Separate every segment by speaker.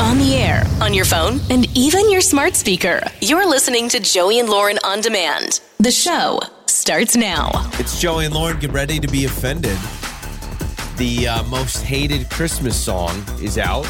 Speaker 1: on the air, on your phone, and even your smart speaker. You're listening to Joey and Lauren on demand. The show starts now.
Speaker 2: It's Joey and Lauren. Get ready to be offended. The uh, most hated Christmas song is out,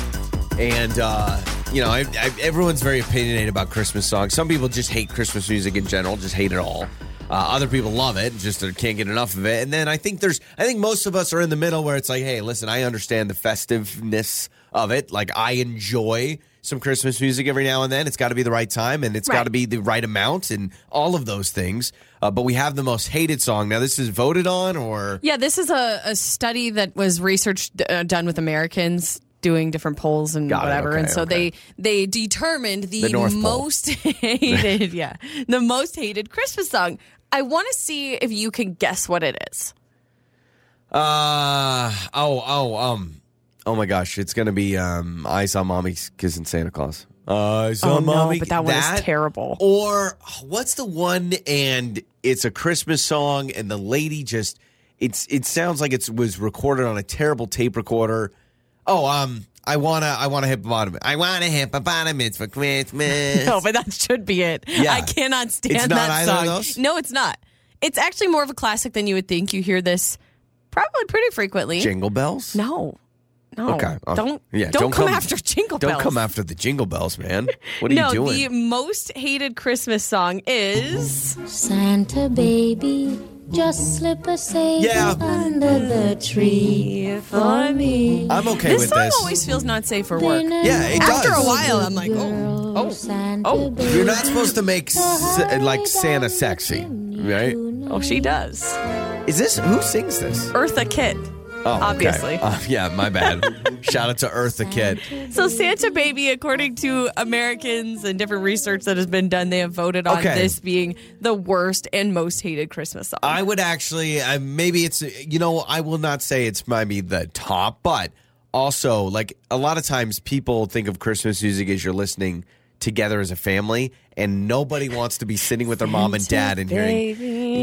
Speaker 2: and uh, you know I, I, everyone's very opinionated about Christmas songs. Some people just hate Christmas music in general, just hate it all. Uh, other people love it, just they can't get enough of it. And then I think there's, I think most of us are in the middle where it's like, hey, listen, I understand the festiveness of it. Like I enjoy some Christmas music every now and then. It's got to be the right time, and it's got to be the right amount, and all of those things. Uh, but we have the most hated song now. This is voted on, or
Speaker 3: Yeah, this is a, a study that was researched uh, done with Americans doing different polls and
Speaker 2: Got it.
Speaker 3: whatever,
Speaker 2: Okay,
Speaker 3: and so
Speaker 2: okay.
Speaker 3: they they determined the,
Speaker 2: The North Pole.
Speaker 3: most hated, yeah, the most hated Christmas song. I want to see if you can guess what it is.
Speaker 2: uh, oh, oh, um, oh my gosh, it's gonna be um, I saw mommy kissing Santa Claus. I saw
Speaker 3: oh
Speaker 2: mommy,
Speaker 3: no, but that one is terrible.
Speaker 2: Or what's the one and it's a Christmas song and the lady just it's it sounds like it was recorded on a terrible tape recorder. Oh, um I wanna I wanna hippopotamus. I wanna hippopotamus for Christmas.
Speaker 3: No, but that should be it.
Speaker 2: Yeah.
Speaker 3: I cannot stand
Speaker 2: It's not
Speaker 3: that
Speaker 2: either of
Speaker 3: song.
Speaker 2: those?
Speaker 3: No, it's not. It's actually more of a classic than you would think. You hear this probably pretty frequently.
Speaker 2: Jingle bells?
Speaker 3: No. No.
Speaker 2: Okay, I'll-
Speaker 3: Don't,
Speaker 2: yeah,
Speaker 3: don't,
Speaker 2: don't
Speaker 3: come,
Speaker 2: come-
Speaker 3: after Jingle
Speaker 2: Don't
Speaker 3: Bells.
Speaker 2: come after the jingle bells, man. What are
Speaker 3: no,
Speaker 2: you doing?
Speaker 3: the most hated Christmas song is
Speaker 4: Santa baby, just slip a sable
Speaker 2: Yeah.
Speaker 4: under the tree for me.
Speaker 2: I'm okay
Speaker 3: this
Speaker 2: with
Speaker 3: song
Speaker 2: this.
Speaker 3: always feels not safe for work.
Speaker 2: Yeah, it
Speaker 3: After
Speaker 2: does.
Speaker 3: a while, I'm like, oh,
Speaker 4: oh, Santa
Speaker 3: oh.
Speaker 4: baby,
Speaker 2: You're not supposed to make s- like Santa sexy, right?
Speaker 3: oh, she does.
Speaker 2: Is this who sings this?
Speaker 3: Eartha Kitt.
Speaker 2: Oh, okay.
Speaker 3: Obviously.
Speaker 2: Uh, yeah, my bad. Shout out to Eartha Kitt.
Speaker 3: So Santa Baby, according to Americans and different research that has been done, they have voted on
Speaker 2: Okay.
Speaker 3: this being the worst and most hated Christmas song.
Speaker 2: I would actually, I, maybe it's, you know, I will not say it's maybe the top, but also, like, a lot of times people think of Christmas music as you're listening together as a family, and nobody wants to be sitting with their mom and dad and hearing,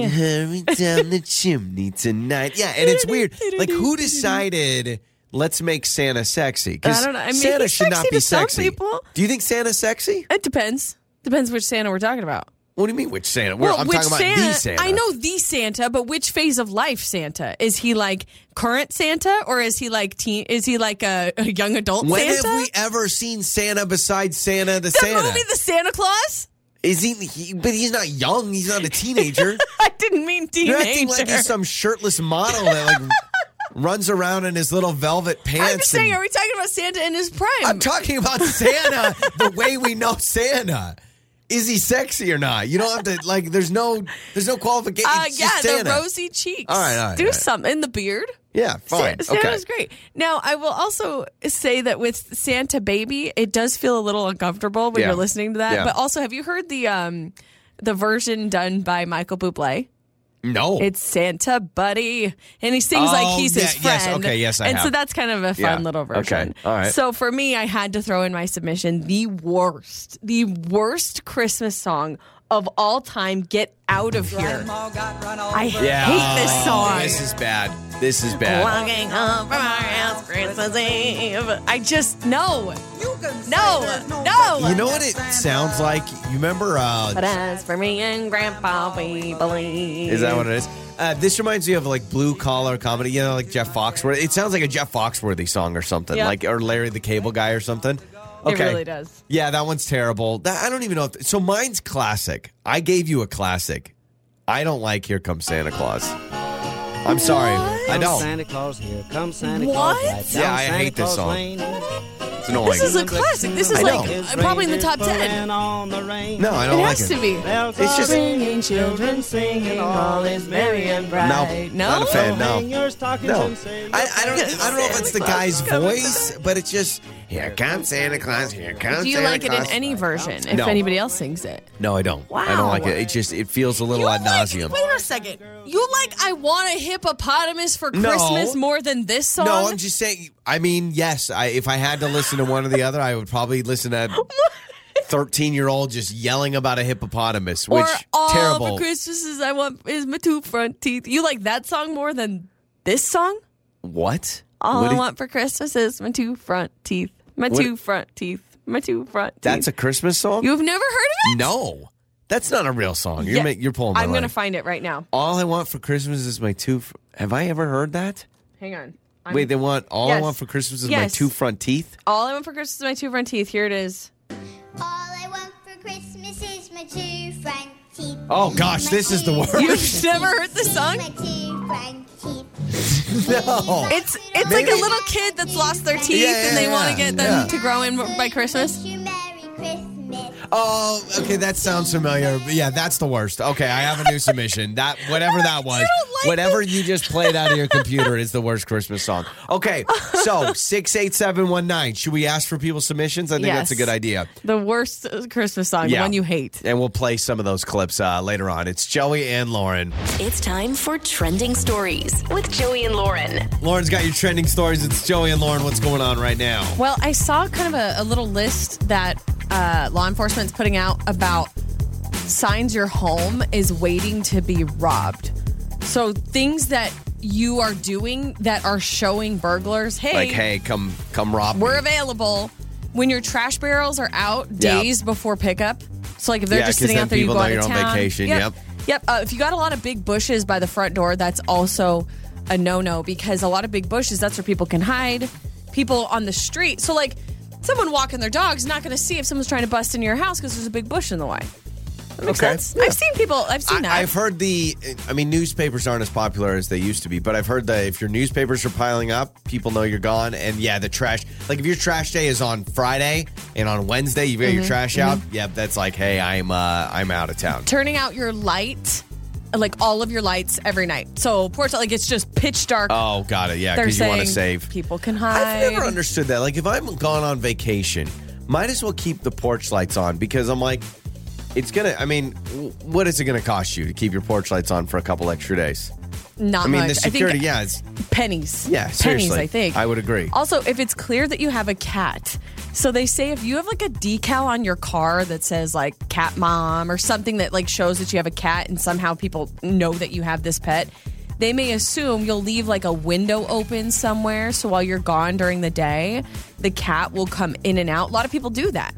Speaker 2: hurry down the chimney tonight. Yeah, and it's weird. Like, who decided. Let's make Santa sexy. 'Cause
Speaker 3: I don't know. I mean,
Speaker 2: Santa
Speaker 3: he's
Speaker 2: should not
Speaker 3: sexy
Speaker 2: be
Speaker 3: to some
Speaker 2: sexy.
Speaker 3: people.
Speaker 2: Do you think Santa's sexy?
Speaker 3: it depends. Depends which Santa we're talking about.
Speaker 2: What do you mean, which Santa? We're- I'm
Speaker 3: which
Speaker 2: talking about
Speaker 3: Santa,
Speaker 2: the Santa.
Speaker 3: I know the Santa, but which phase of life Santa is he? Like current Santa, or is he like teen? Is he like a, a young adult
Speaker 2: When
Speaker 3: Santa?
Speaker 2: have we ever seen Santa besides Santa the,
Speaker 3: the
Speaker 2: Santa?
Speaker 3: movie The Santa Claus?
Speaker 2: Is he, he? But he's not young. He's not a teenager.
Speaker 3: I didn't mean teenager.
Speaker 2: You're acting like he's some shirtless model that like runs around in his little velvet pants.
Speaker 3: I'm just saying,
Speaker 2: and-
Speaker 3: are we talking about Santa in his prime?
Speaker 2: I'm talking about Santa the way we know Santa. Is he sexy or not? You don't have to like. There's no. There's no qualification.
Speaker 3: uh,
Speaker 2: It's
Speaker 3: yeah,
Speaker 2: just
Speaker 3: the
Speaker 2: Santa.
Speaker 3: rosy cheeks.
Speaker 2: All right, all right,
Speaker 3: Do
Speaker 2: all right.
Speaker 3: something. The beard.
Speaker 2: Yeah, fine.
Speaker 3: Sa- Santa's
Speaker 2: okay.
Speaker 3: great. Now, I will also say that with Santa Baby, it does feel a little uncomfortable when
Speaker 2: Yeah.
Speaker 3: you're listening to that.
Speaker 2: Yeah.
Speaker 3: But also, have you heard the um, the version done by Michael Bublé?
Speaker 2: No.
Speaker 3: It's Santa Buddy, and he sings
Speaker 2: Oh,
Speaker 3: like he's his
Speaker 2: yeah, yes,
Speaker 3: friend.
Speaker 2: okay, yes, I
Speaker 3: And so
Speaker 2: have.
Speaker 3: that's kind of a fun
Speaker 2: Yeah,
Speaker 3: little version.
Speaker 2: okay, all right.
Speaker 3: So for me, I had to throw in my submission the worst, the worst Christmas song of all time. Get out of here! I
Speaker 2: yeah.
Speaker 3: hate this
Speaker 2: oh,
Speaker 3: song.
Speaker 2: This is bad. This is bad.
Speaker 3: Walking home from our house Christmas Eve. I just no, no, no.
Speaker 2: You know what it sounds like? You remember?
Speaker 3: But
Speaker 2: Uh,
Speaker 3: as for me and Grandpa, we believe.
Speaker 2: is that what it is? Uh, this reminds me of like blue collar comedy, you know, like Jeff Foxworthy. It sounds like a Jeff Foxworthy song or something,
Speaker 3: Yeah.
Speaker 2: like or Larry the Cable Guy or something. Okay.
Speaker 3: It really does.
Speaker 2: Yeah, that one's terrible. That, I don't even know. If, so mine's classic. I gave you a classic. I don't like Here Comes Santa Claus. I'm sorry. I
Speaker 5: Come
Speaker 2: don't.
Speaker 5: Santa Claus here. Come Santa
Speaker 3: What?
Speaker 5: Claus. right down
Speaker 2: Oh. Yeah, I
Speaker 5: Santa
Speaker 2: hate this
Speaker 5: Claus
Speaker 2: song.
Speaker 5: Lane.
Speaker 2: It's annoying.
Speaker 3: This is a classic. This is
Speaker 2: I
Speaker 3: like
Speaker 2: know.
Speaker 3: uh, probably in the top ten.
Speaker 5: Ran on the rain.
Speaker 2: no, I
Speaker 3: It
Speaker 2: don't like
Speaker 3: has
Speaker 2: it.
Speaker 3: to be.
Speaker 5: Bells
Speaker 2: It's
Speaker 5: are
Speaker 2: just-
Speaker 5: ringing, children singing, all is merry and bright.
Speaker 2: No,
Speaker 3: No?
Speaker 2: not a
Speaker 5: So
Speaker 2: fan. No.
Speaker 5: hang your stockings
Speaker 2: No,
Speaker 5: and say
Speaker 2: I, I don't. I don't know if it's the guy's voice, but it's just here comes Santa Claus. Here comes.
Speaker 3: Do you
Speaker 2: Santa
Speaker 3: like it in
Speaker 2: Claus."
Speaker 3: any version? If
Speaker 2: No.
Speaker 3: anybody else sings it,
Speaker 2: No, I don't. I don't
Speaker 3: Wow.
Speaker 2: like it. It just it feels a little ad nauseum.
Speaker 3: wait a second. You like "I Want a Hippopotamus for
Speaker 2: No.
Speaker 3: Christmas" more than this song?
Speaker 2: No, I'm just saying. I mean, yes. I if I had to listen to one or the other, I would probably listen to thirteen year old just yelling about a hippopotamus, which
Speaker 3: or all
Speaker 2: terrible.
Speaker 3: the Christmases I want is my two front teeth. You like that song more than this song?
Speaker 2: what?
Speaker 3: All
Speaker 2: What
Speaker 3: I
Speaker 2: did-
Speaker 3: want for Christmas is my two front teeth. My
Speaker 2: What-
Speaker 3: two front teeth. My two front teeth.
Speaker 2: That's a Christmas song?
Speaker 3: You've never heard of it?
Speaker 2: no. That's not a real song. You're,
Speaker 3: Yeah.
Speaker 2: ma- you're pulling my
Speaker 3: I'm
Speaker 2: leg.
Speaker 3: gonna find it right now.
Speaker 2: All I want for Christmas is my two. Fr- Have I ever heard that?
Speaker 3: Hang on. I'm-
Speaker 2: Wait, they want all I
Speaker 3: Yes.
Speaker 2: want for Christmas is my
Speaker 3: Yes.
Speaker 2: two front teeth.
Speaker 3: All I want for Christmas is my two front teeth. Here it is.
Speaker 6: All I want for Christmas is my two front teeth.
Speaker 2: Oh gosh,
Speaker 6: My
Speaker 2: this is the
Speaker 6: two
Speaker 2: worst.
Speaker 3: You've never heard this song?
Speaker 6: My two front teeth.
Speaker 2: No.
Speaker 3: It's it's like
Speaker 2: Maybe-
Speaker 3: a little kid that's lost their teeth
Speaker 2: Yeah, yeah,
Speaker 3: and they
Speaker 2: yeah,
Speaker 3: want to get them
Speaker 2: yeah.
Speaker 3: to grow in by Christmas.
Speaker 6: Wish you Merry Christmas.
Speaker 2: Oh, okay, that sounds familiar. But yeah, that's the worst. Okay, I have a new submission. That whatever that was,
Speaker 3: like
Speaker 2: whatever you just played out of your computer is the worst Christmas song. Okay, so six eight seven one nine. Should we ask for people's submissions? I think that's a
Speaker 3: Yes.
Speaker 2: good idea.
Speaker 3: The worst uh, Christmas song,
Speaker 2: Yeah.
Speaker 3: the one you hate.
Speaker 2: And we'll play some of those clips uh, later on. It's Joey and Lauren.
Speaker 1: It's time for Trending Stories with Joey and Lauren.
Speaker 2: Lauren's got your trending stories. It's Joey and Lauren. What's going on right now?
Speaker 3: Well, I saw kind of a, a little list that uh, law enforcement's putting out about signs your home is waiting to be robbed. So things that you are doing that are showing burglars, hey,
Speaker 2: Like, hey, come come rob me.
Speaker 3: we're available. When your trash barrels are out
Speaker 2: Yeah.
Speaker 3: days before pickup, so like if they're
Speaker 2: Yeah,
Speaker 3: just
Speaker 2: 'cause
Speaker 3: sitting
Speaker 2: then
Speaker 3: out there, you
Speaker 2: people
Speaker 3: go
Speaker 2: know
Speaker 3: out
Speaker 2: you're
Speaker 3: of
Speaker 2: on
Speaker 3: town.
Speaker 2: vacation, yep.
Speaker 3: Yep. Yep. Uh, if you got a lot of big bushes by the front door, that's also a no-no because a lot of big bushes that's where people can hide. People on the street, so like someone walking their dog's not going to see if someone's trying to bust into your house because there's a big bush in the way. That makes
Speaker 2: Okay.
Speaker 3: sense.
Speaker 2: Yeah.
Speaker 3: I've seen people. I've seen that.
Speaker 2: I, I've heard the. I mean, newspapers aren't as popular as they used to be, but I've heard that if your newspapers are piling up, people know you're gone. And yeah, the trash. Like if your trash day is on Friday and on Wednesday you've got
Speaker 3: Mm-hmm,
Speaker 2: your trash out. Yep, that's like, hey, I'm uh, I'm out of town.
Speaker 3: turning out your light, like all of your lights every night. So porch like it's just pitch dark.
Speaker 2: Oh, got it. Yeah,
Speaker 3: They're
Speaker 2: because you want to
Speaker 3: saying
Speaker 2: save.
Speaker 3: people can hide.
Speaker 2: I've never understood that. Like if I'm gone on vacation, might as well keep the porch lights on because I'm like, it's gonna. I mean, w- what is it gonna cost you to keep your porch lights on for a couple extra days?
Speaker 3: Not
Speaker 2: I mean,
Speaker 3: much.
Speaker 2: the security.
Speaker 3: I think
Speaker 2: yeah, it's
Speaker 3: pennies.
Speaker 2: Yeah,
Speaker 3: pennies.
Speaker 2: seriously.
Speaker 3: I think
Speaker 2: I would agree.
Speaker 3: Also, if it's clear that you have a cat, so they say if you have like a decal on your car that says like "cat mom" or something that like shows that you have a cat, and somehow people know that you have this pet. They may assume you'll leave like a window open somewhere, so while you're gone during the day, the cat will come in and out. A lot of people do that.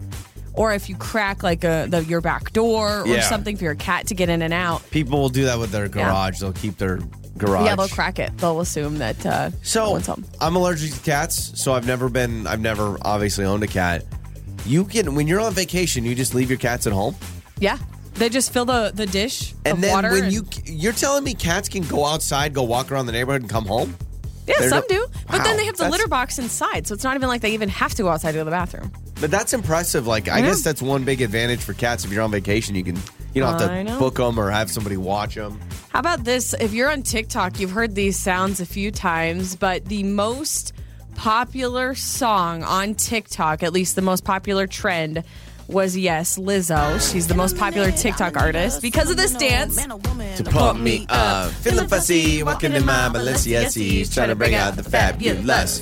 Speaker 3: Or if you crack like a the, your back door or
Speaker 2: Yeah.
Speaker 3: something for your cat to get in and out,
Speaker 2: People will do that with their garage. They'll keep their garage.
Speaker 3: Yeah, they'll crack it. They'll assume that. Uh,
Speaker 2: So
Speaker 3: someone's home.
Speaker 2: I'm allergic to cats, so I've never been. I've never obviously owned a cat. You can when you're on vacation, you just leave your cats at home,
Speaker 3: yeah, they just fill the the dish
Speaker 2: and
Speaker 3: of
Speaker 2: then
Speaker 3: water.
Speaker 2: when
Speaker 3: and-
Speaker 2: you you're telling me cats can go outside, go walk around the neighborhood, and come home.
Speaker 3: yeah,
Speaker 2: they're
Speaker 3: some
Speaker 2: not-
Speaker 3: do, but
Speaker 2: Wow,
Speaker 3: then they have the
Speaker 2: that's-
Speaker 3: litter box inside, so it's not even like they even have to go outside to go to the bathroom.
Speaker 2: But that's impressive. Like I
Speaker 3: Mm.
Speaker 2: guess that's one big advantage for cats. If you're on vacation, you can you don't have
Speaker 3: I
Speaker 2: to
Speaker 3: know.
Speaker 2: book them or have somebody watch them.
Speaker 3: How about this? If you're on TikTok, you've heard these sounds a few times, but the most popular song on TikTok, at least the most popular trend, was yes, Lizzo. She's the most popular TikTok artist because of this dance.
Speaker 2: to pump me up. Feeling fussy, walking in my Balenciennes, trying to bring out the fabulous.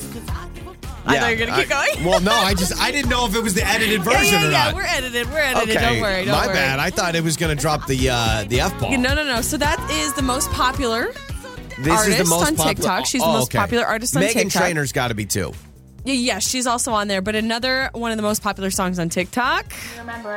Speaker 3: I thought you were gonna keep
Speaker 2: I-
Speaker 3: going.
Speaker 2: well, no, I just I didn't know if it was the edited
Speaker 3: Yeah,
Speaker 2: version
Speaker 3: yeah,
Speaker 2: or
Speaker 3: yeah,
Speaker 2: not.
Speaker 3: We're edited. We're edited.
Speaker 2: okay,
Speaker 3: Don't worry. Don't
Speaker 2: my
Speaker 3: worry.
Speaker 2: bad. I thought it was gonna drop the uh, the f ball.
Speaker 3: No, no, no. So that is the most popular.
Speaker 2: this
Speaker 3: artist on TikTok. She's the most popular artist on
Speaker 2: Oh, Megan
Speaker 3: TikTok.
Speaker 2: Trainor's got to be too.
Speaker 3: Yeah, yeah, she's also on there. But another one of the most popular songs on TikTok.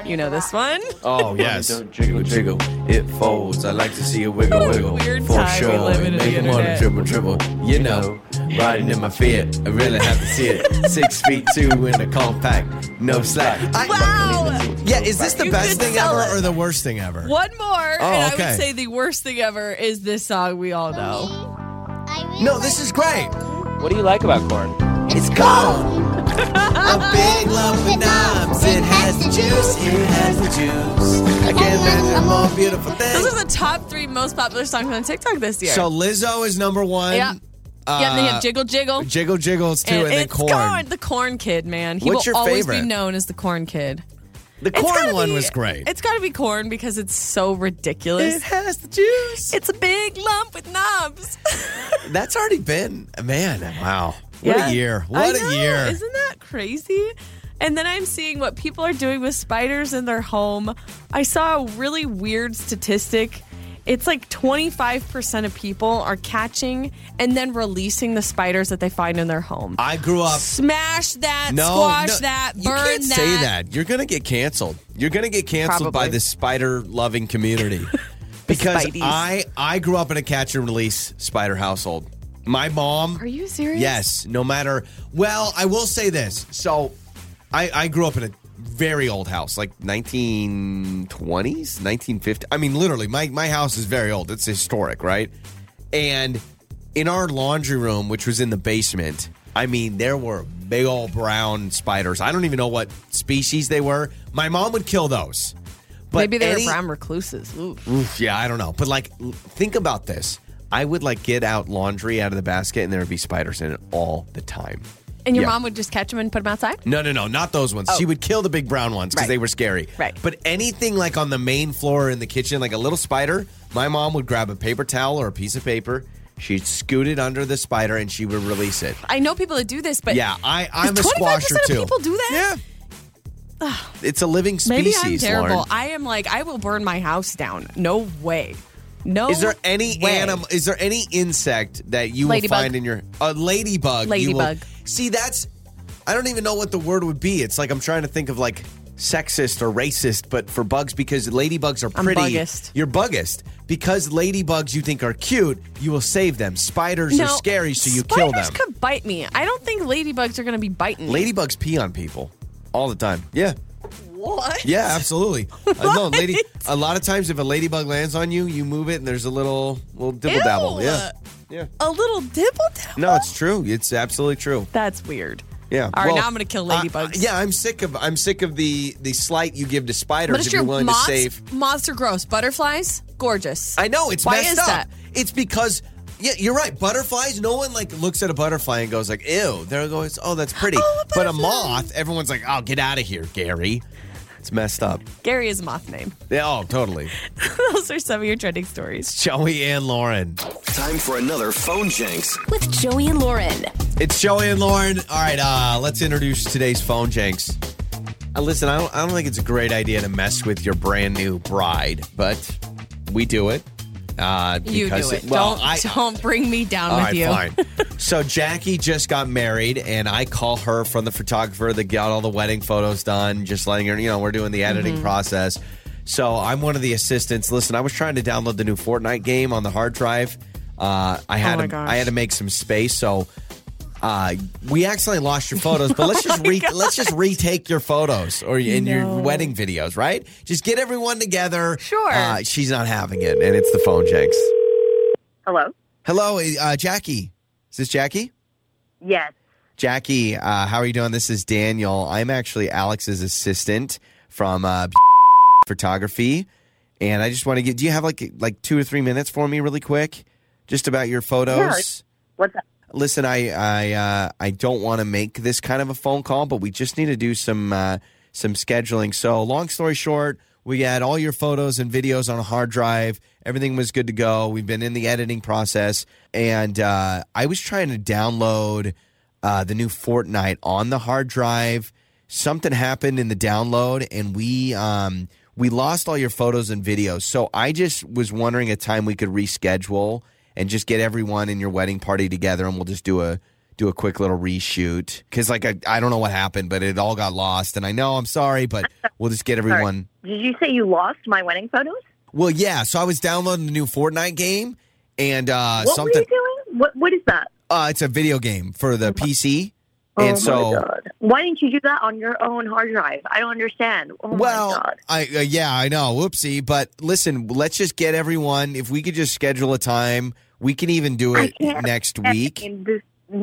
Speaker 3: You know this one.
Speaker 2: Oh yes, jiggle jiggle, it folds. I like to see it wiggle
Speaker 3: What a wiggle. weird For time we sure. live in on the Make 'em wanna internet.
Speaker 2: dribble dribble. You know, riding in my fit. I really have to see it. Six feet two in a compact, no slack.
Speaker 3: Wow.
Speaker 2: Yeah, is this the
Speaker 3: You
Speaker 2: best
Speaker 3: could
Speaker 2: thing
Speaker 3: sell
Speaker 2: ever
Speaker 3: it.
Speaker 2: or the worst thing ever?
Speaker 3: One more, and I
Speaker 2: Oh, okay.
Speaker 3: would say the worst thing ever is this song we all know.
Speaker 6: I really
Speaker 2: No, this
Speaker 6: like
Speaker 2: is great.
Speaker 7: What do you like about corn?
Speaker 2: It's cold. A big lump of knobs. It has the juice. It has the juice. I can't imagine more beautiful
Speaker 3: Those
Speaker 2: things.
Speaker 3: are the top three most popular songs on TikTok this year.
Speaker 2: So Lizzo is number one.
Speaker 3: yeah, yeah. And then you
Speaker 2: Uh,
Speaker 3: have Jiggle Jiggle.
Speaker 2: Jiggle Jiggles too, and, then
Speaker 3: it's
Speaker 2: corn.
Speaker 3: Corn, the Corn Kid, man. He
Speaker 2: What's
Speaker 3: will
Speaker 2: your
Speaker 3: always
Speaker 2: favorite?
Speaker 3: be known as the Corn Kid.
Speaker 2: The
Speaker 3: It's
Speaker 2: corn
Speaker 3: gotta
Speaker 2: one
Speaker 3: be-
Speaker 2: was great.
Speaker 3: It's got to be Corn because it's so ridiculous.
Speaker 2: has the juice.
Speaker 3: It's a big lump with knobs.
Speaker 2: That's already been man. Wow, what
Speaker 3: Yeah.
Speaker 2: a year!
Speaker 3: I
Speaker 2: What
Speaker 3: know.
Speaker 2: a year!
Speaker 3: Isn't that crazy? And then I'm seeing what people are doing with spiders in their home. I saw a really weird statistic. It's like 25% of people are catching and then releasing the spiders that they find in their home.
Speaker 2: I grew up.
Speaker 3: Smash that,
Speaker 2: No,
Speaker 3: squash
Speaker 2: no,
Speaker 3: that, burn
Speaker 2: you can't
Speaker 3: that.
Speaker 2: say that. You're gonna get canceled. You're gonna get canceled by
Speaker 3: Probably.
Speaker 2: the spider loving community because
Speaker 3: Spideys.
Speaker 2: I I grew up in a catch and release spider household. My mom.
Speaker 3: Are you serious?
Speaker 2: Yes. No matter. Well, I will say this. So, I I grew up in a very old house, like 1920s, 1950. I mean, literally, my my house is very old. It's historic, right? And in our laundry room, which was in the basement, I mean, there were big old brown spiders. I don't even know what species they were. My mom would kill those. But
Speaker 3: Maybe they
Speaker 2: any-
Speaker 3: were brown recluses. Ooh.
Speaker 2: Oof, yeah, I don't know. But like, l- think about this. I would like get out laundry out of the basket, and there would be spiders in it all the time.
Speaker 3: And your
Speaker 2: Yeah.
Speaker 3: mom would just catch them and put them outside?
Speaker 2: No, no, no, not those ones. She would kill the big brown ones because
Speaker 3: Oh. Right.
Speaker 2: they were scary.
Speaker 3: Right.
Speaker 2: But anything like on the main floor or in the kitchen, like a little spider, my mom would grab a paper towel or a piece of paper. She'd scoot it under the spider, and she would release it.
Speaker 3: I know people that do this, but
Speaker 2: Yeah, I, I'm a
Speaker 3: 25%
Speaker 2: squasher
Speaker 3: of
Speaker 2: too.
Speaker 3: people do that?
Speaker 2: Yeah. it's a living
Speaker 3: maybe
Speaker 2: species.
Speaker 3: I'm terrible.
Speaker 2: Lauren.
Speaker 3: I am like, I will burn my house down. No way. No.
Speaker 2: Is there any
Speaker 3: Oh, way.
Speaker 2: animal? Is there any insect that you will
Speaker 3: Ladybug.
Speaker 2: find in your a ladybug? you will-
Speaker 3: Ladybug.
Speaker 2: see, that's I don't even know what the word would be. It's like I'm trying to think of like sexist or racist, but for bugs because ladybugs are
Speaker 3: I'm
Speaker 2: pretty.
Speaker 3: buggest.
Speaker 2: You're buggest because ladybugs you think are cute. You will save them. Spiders are
Speaker 3: No,
Speaker 2: scary, so you kill
Speaker 3: spiders
Speaker 2: them.
Speaker 3: could bite me. I don't think ladybugs are going to be biting me.
Speaker 2: ladybugs pee on people all the time. Yeah.
Speaker 3: What?
Speaker 2: Yeah, absolutely. Uh, no, lady. A lot of times, if a ladybug lands on you, you move it, and there's a little little dibble dabble.
Speaker 3: Ew.
Speaker 2: Yeah, yeah.
Speaker 3: A little dibble dabble?
Speaker 2: No, it's true. It's absolutely true.
Speaker 3: That's weird.
Speaker 2: Yeah.
Speaker 3: All right,
Speaker 2: Well,
Speaker 3: now I'm going to kill
Speaker 2: uh,
Speaker 3: ladybugs.
Speaker 2: yeah, I'm sick of I'm sick of the the slight you give to spiders
Speaker 3: But it's
Speaker 2: if you're
Speaker 3: your
Speaker 2: willing
Speaker 3: moths,
Speaker 2: to save.
Speaker 3: moths are gross. Butterflies, gorgeous.
Speaker 2: I know it's
Speaker 3: Why
Speaker 2: messed
Speaker 3: is
Speaker 2: up.
Speaker 3: that?
Speaker 2: It's because yeah, you're right. Butterflies, no one like looks at a butterfly and goes like, "Ew." They're goes, "Oh, that's pretty."
Speaker 3: Oh, a
Speaker 2: but a
Speaker 3: butterfly.
Speaker 2: moth, everyone's like, "Oh, get out of here, Gary." It's messed up.
Speaker 3: Gary is a moth name.
Speaker 2: Yeah, oh, totally.
Speaker 3: Those are some of your trending stories.
Speaker 2: Joey and Lauren.
Speaker 8: Time for another phone janks.
Speaker 1: with Joey and Lauren.
Speaker 2: It's Joey and Lauren. All right, uh, let's introduce today's phone janks. Uh, listen, I don't, I don't think it's a great idea to mess with your brand new bride, but we do it. Uh,
Speaker 3: You do
Speaker 2: because
Speaker 3: it.
Speaker 2: well,
Speaker 3: don't
Speaker 2: I,
Speaker 3: don't bring me down
Speaker 2: all
Speaker 3: with
Speaker 2: right,
Speaker 3: you.
Speaker 2: fine. so Jackie just got married, and I call her from the photographer that got all the wedding photos done, just letting her, you know, we're doing the editing
Speaker 3: Mm-hmm.
Speaker 2: process. So I'm one of the assistants. Listen, I was trying to download the new Fortnite game on the hard drive. Uh, I had
Speaker 3: Oh my
Speaker 2: to,
Speaker 3: gosh.
Speaker 2: I had to make some space, so uh, we accidentally lost your photos, but let's just re- let's just retake your photos or in your wedding videos, right? Just get everyone together.
Speaker 3: Sure.
Speaker 2: Uh, she's not having it, and it's the phone janks.
Speaker 9: Hello?
Speaker 2: Hello, uh, Jackie. Is this Jackie?
Speaker 9: Yes.
Speaker 2: Jackie, uh, how are you doing? This is Daniel. I'm actually Alex's assistant from uh, photography, and I just want to get. Do you have like like two or three minutes for me, really quick, just about your photos?
Speaker 9: What's up?
Speaker 2: Listen, I I uh, I don't want to make this kind of a phone call, but we just need to do some uh, some scheduling. So, long story short, we had all your photos and videos on a hard drive. Everything was good to go. We've been in the editing process, and uh, I was trying to download uh, the new Fortnite on the hard drive. Something happened in the download, and we um, we lost all your photos and videos. So I just was wondering a time we could reschedule and just get everyone in your wedding party together, and we'll just do a do a quick little reshoot because like I, I don't know what happened, but it all got lost, and I know I'm sorry, but we'll just get everyone.
Speaker 9: Did you say you lost my wedding photos?
Speaker 2: Well, yeah. So I was downloading the new Fortnite game, and uh,
Speaker 9: What
Speaker 2: something.
Speaker 9: were you doing? What What is that?
Speaker 2: Uh, it's a video game for the PC, and
Speaker 9: oh
Speaker 2: so.
Speaker 9: my god! Why didn't you do that on your own hard drive? I don't understand. Oh my
Speaker 2: Well,
Speaker 9: god!
Speaker 2: I uh, yeah, I know. Whoopsie, but listen, let's just get everyone. If we could just schedule a time, we can even do
Speaker 9: I
Speaker 2: it
Speaker 9: can't-
Speaker 2: next
Speaker 9: And
Speaker 2: week.
Speaker 9: this,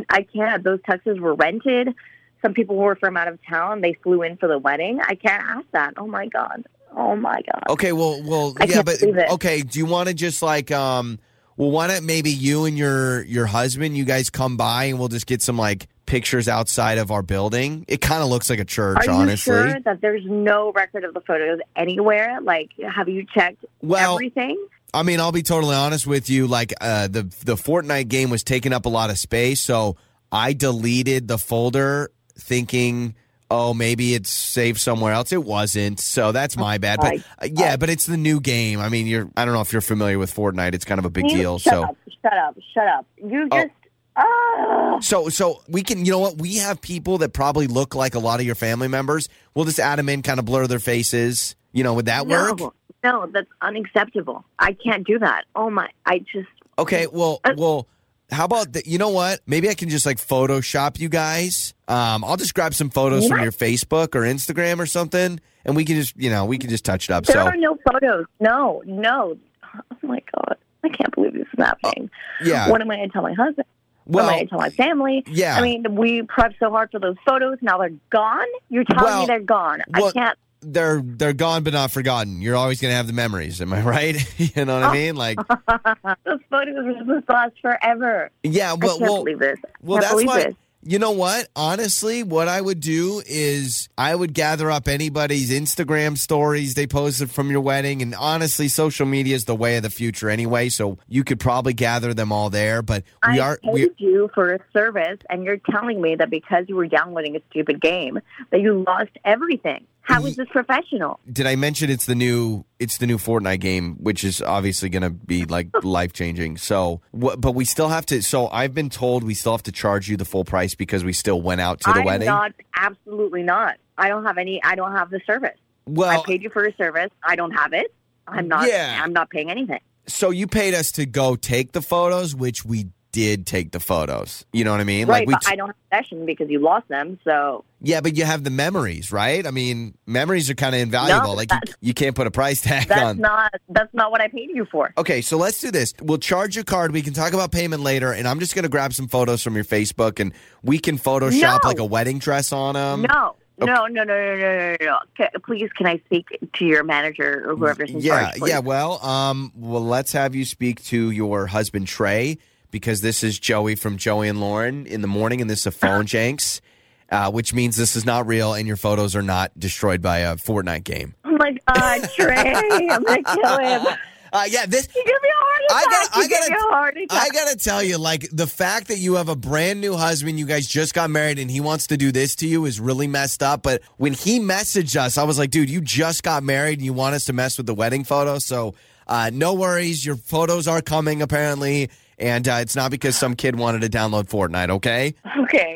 Speaker 9: I can't. Those Texas were rented. Some people were from out of town. They flew in for the wedding. I can't ask that. Oh my god! Oh my god!
Speaker 2: Okay, well, well,
Speaker 9: I
Speaker 2: yeah,
Speaker 9: can't
Speaker 2: but
Speaker 9: believe it.
Speaker 2: okay. Do you want to just like um? Well, why not maybe you and your your husband, you guys come by and we'll just get some like pictures outside of our building. It kind of looks like a church,
Speaker 9: Are you
Speaker 2: honestly.
Speaker 9: sure that there's no record of the photos anywhere? Like, have you checked
Speaker 2: Well,
Speaker 9: everything?
Speaker 2: I mean, I'll be totally honest with you. Like uh, the the Fortnite game was taking up a lot of space, so I deleted the folder thinking, oh, maybe it's saved somewhere else. It wasn't, so that's my bad. But uh, yeah, but it's the new game. I mean, you're I don't know if you're familiar with Fortnite. It's kind of a big
Speaker 9: You-
Speaker 2: deal.
Speaker 9: Shut
Speaker 2: So
Speaker 9: up, shut up, shut up. You
Speaker 2: Oh.
Speaker 9: just, oh.
Speaker 2: so so we can you know what we have people that probably look like a lot of your family members. We'll just add them in, kind of blur their faces. You know, would that work?
Speaker 9: No, no, that's unacceptable. I can't do that. Oh my, I just,
Speaker 2: Okay, well, well, how about the, you know what? Maybe I can just like Photoshop you guys. Um, I'll just grab some photos from your Facebook or Instagram or something, and we can just you know we can just touch it up.
Speaker 9: there
Speaker 2: so
Speaker 9: are no photos. No, no. Oh my God. I can't believe this is happening.
Speaker 2: Uh, yeah,
Speaker 9: What am I going to tell my husband?
Speaker 2: well,
Speaker 9: what am I going to tell my family?
Speaker 2: yeah.
Speaker 9: I mean, we prepped so hard for those photos. Now they're gone. You're telling
Speaker 2: Well,
Speaker 9: me they're gone.
Speaker 2: well,
Speaker 9: I can't.
Speaker 2: they're they're gone but not forgotten. You're always gonna have the memories. Am I right? you know what
Speaker 9: Oh.
Speaker 2: I mean? Like
Speaker 9: Those photos are supposed to last forever.
Speaker 2: yeah,
Speaker 9: I
Speaker 2: well,
Speaker 9: can't
Speaker 2: well,
Speaker 9: believe this. I
Speaker 2: well,
Speaker 9: can't
Speaker 2: that's
Speaker 9: believe
Speaker 2: why.
Speaker 9: this.
Speaker 2: You know what? Honestly, what I would do is I would gather up anybody's Instagram stories they posted from your wedding. And honestly, social media is the way of the future anyway. So you could probably gather them all there. But we
Speaker 9: I
Speaker 2: are.
Speaker 9: paid
Speaker 2: We,
Speaker 9: you for a service, and you're telling me that because you were downloading a stupid game that you lost everything. How is this professional?
Speaker 2: did I mention it's the new it's the new Fortnite game, which is obviously going to be like life changing. So, wha- but we still have to. So I've been told we still have to charge you the full price because we still went out to the
Speaker 9: I'm
Speaker 2: wedding.
Speaker 9: not. Absolutely not. I don't have any. I don't have the service.
Speaker 2: well,
Speaker 9: I paid you for a service. I don't have it. I'm not.
Speaker 2: Yeah.
Speaker 9: I'm not paying anything.
Speaker 2: so you paid us to go take the photos, which we did take the photos. You know what I mean?
Speaker 9: right,
Speaker 2: we
Speaker 9: but I I don't have possession because you lost them. So
Speaker 2: yeah, but you have the memories, right? I mean, memories are kind of invaluable.
Speaker 9: No,
Speaker 2: like you, you can't put a price tag
Speaker 9: that's
Speaker 2: on.
Speaker 9: not. That's not what I paid you for.
Speaker 2: Okay, so let's do this. We'll charge your card. We can talk about payment later, and I'm just going to grab some photos from your Facebook, and we can Photoshop
Speaker 9: No.
Speaker 2: like a wedding dress on them.
Speaker 9: no. No, no, no, no, no, no, no. Ca please, can I speak to your manager or whoever's in
Speaker 2: Yeah,
Speaker 9: charge? please?
Speaker 2: yeah. Well, um, well, let's have you speak to your husband Trey because this is Joey from Joey and Lauren in the morning, and this is a phone janks, uh, which means this is not real, and your photos are not destroyed by a Fortnite game.
Speaker 9: Oh my God, Trey, I'm gonna kill him.
Speaker 2: Uh, yeah, this
Speaker 9: You give me a heart
Speaker 2: I
Speaker 9: attack.
Speaker 2: got- I
Speaker 9: you give
Speaker 2: gotta-
Speaker 9: me a heart attack.
Speaker 2: I gotta tell you, like the fact that you have a brand new husband, you guys just got married, and he wants to do this to you is really messed up. But when he messaged us, I was like, dude, you just got married, and you want us to mess with the wedding photo, so uh, no worries, your photos are coming apparently, and uh, it's not because some kid wanted to download Fortnite, okay?
Speaker 9: okay.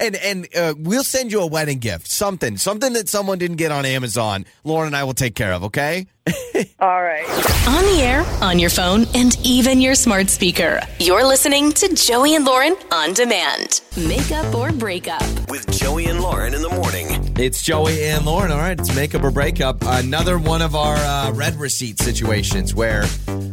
Speaker 2: and and uh, we'll send you a wedding gift, something, something that someone didn't get on Amazon. Lauren and I will take care of, okay?
Speaker 9: All right.
Speaker 1: On the air, on your phone, and even your smart speaker. You're listening to Joey and Lauren on demand. Makeup or breakup.
Speaker 8: with Joey and Lauren in the morning.
Speaker 2: It's Joey and Lauren. All right, it's makeup or breakup. Another one of our uh, red receipt situations where,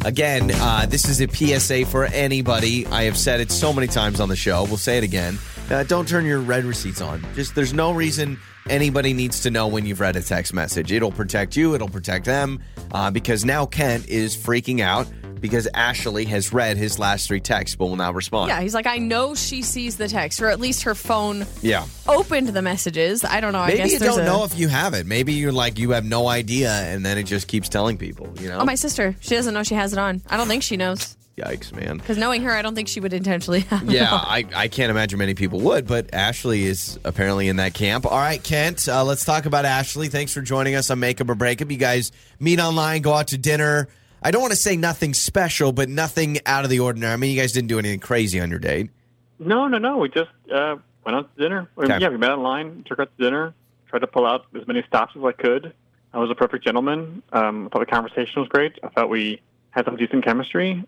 Speaker 2: again, uh, this is a PSA for anybody. I have said it so many times on the show. We'll say it again. Uh, don't turn your red receipts on. Just there's no reason anybody needs to know when you've read a text message. It'll protect you. It'll protect them. Uh, because now Kent is freaking out because Ashley has read his last three texts but will not respond.
Speaker 3: Yeah, he's like, I know she sees the text, or at least her phone
Speaker 2: yeah.
Speaker 3: opened the messages. I don't know. I
Speaker 2: Maybe
Speaker 3: guess
Speaker 2: you
Speaker 3: there's
Speaker 2: don't
Speaker 3: a-
Speaker 2: know if you have it. Maybe you're like you have no idea, and then it just keeps telling people. You know?
Speaker 3: Oh, my sister. She doesn't know she has it on. I don't think she knows.
Speaker 2: Yikes, man.
Speaker 3: Because knowing her, I don't think she would intentionally have it
Speaker 2: Yeah,
Speaker 3: on.
Speaker 2: I, I can't imagine many people would, but Ashley is apparently in that camp. All right, Kent, uh, let's talk about Ashley. Thanks for joining us on Makeup or Breakup. You guys meet online, go out to dinner. I don't want to say nothing special, but nothing out of the ordinary. I mean, you guys didn't do anything crazy on your date.
Speaker 10: No, no, no. We just uh, went out to dinner. Or,
Speaker 2: Okay.
Speaker 10: Yeah, we met online, took out to dinner, tried to pull out as many stops as I could. I was a perfect gentleman. Um, I thought the conversation was great. I thought we had some decent chemistry.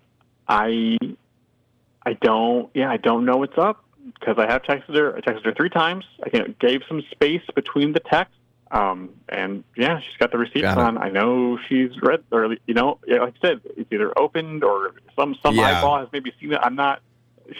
Speaker 10: I, I don't, yeah, I don't know what's up because I have texted her. I texted her three times. I you know, gave some space between the texts. Um, and yeah, she's got the receipts
Speaker 2: Got it.
Speaker 10: on. I know she's read, or you know, yeah, like I said, it's either opened or some some
Speaker 2: Yeah.
Speaker 10: eyeball has maybe seen it. I'm not.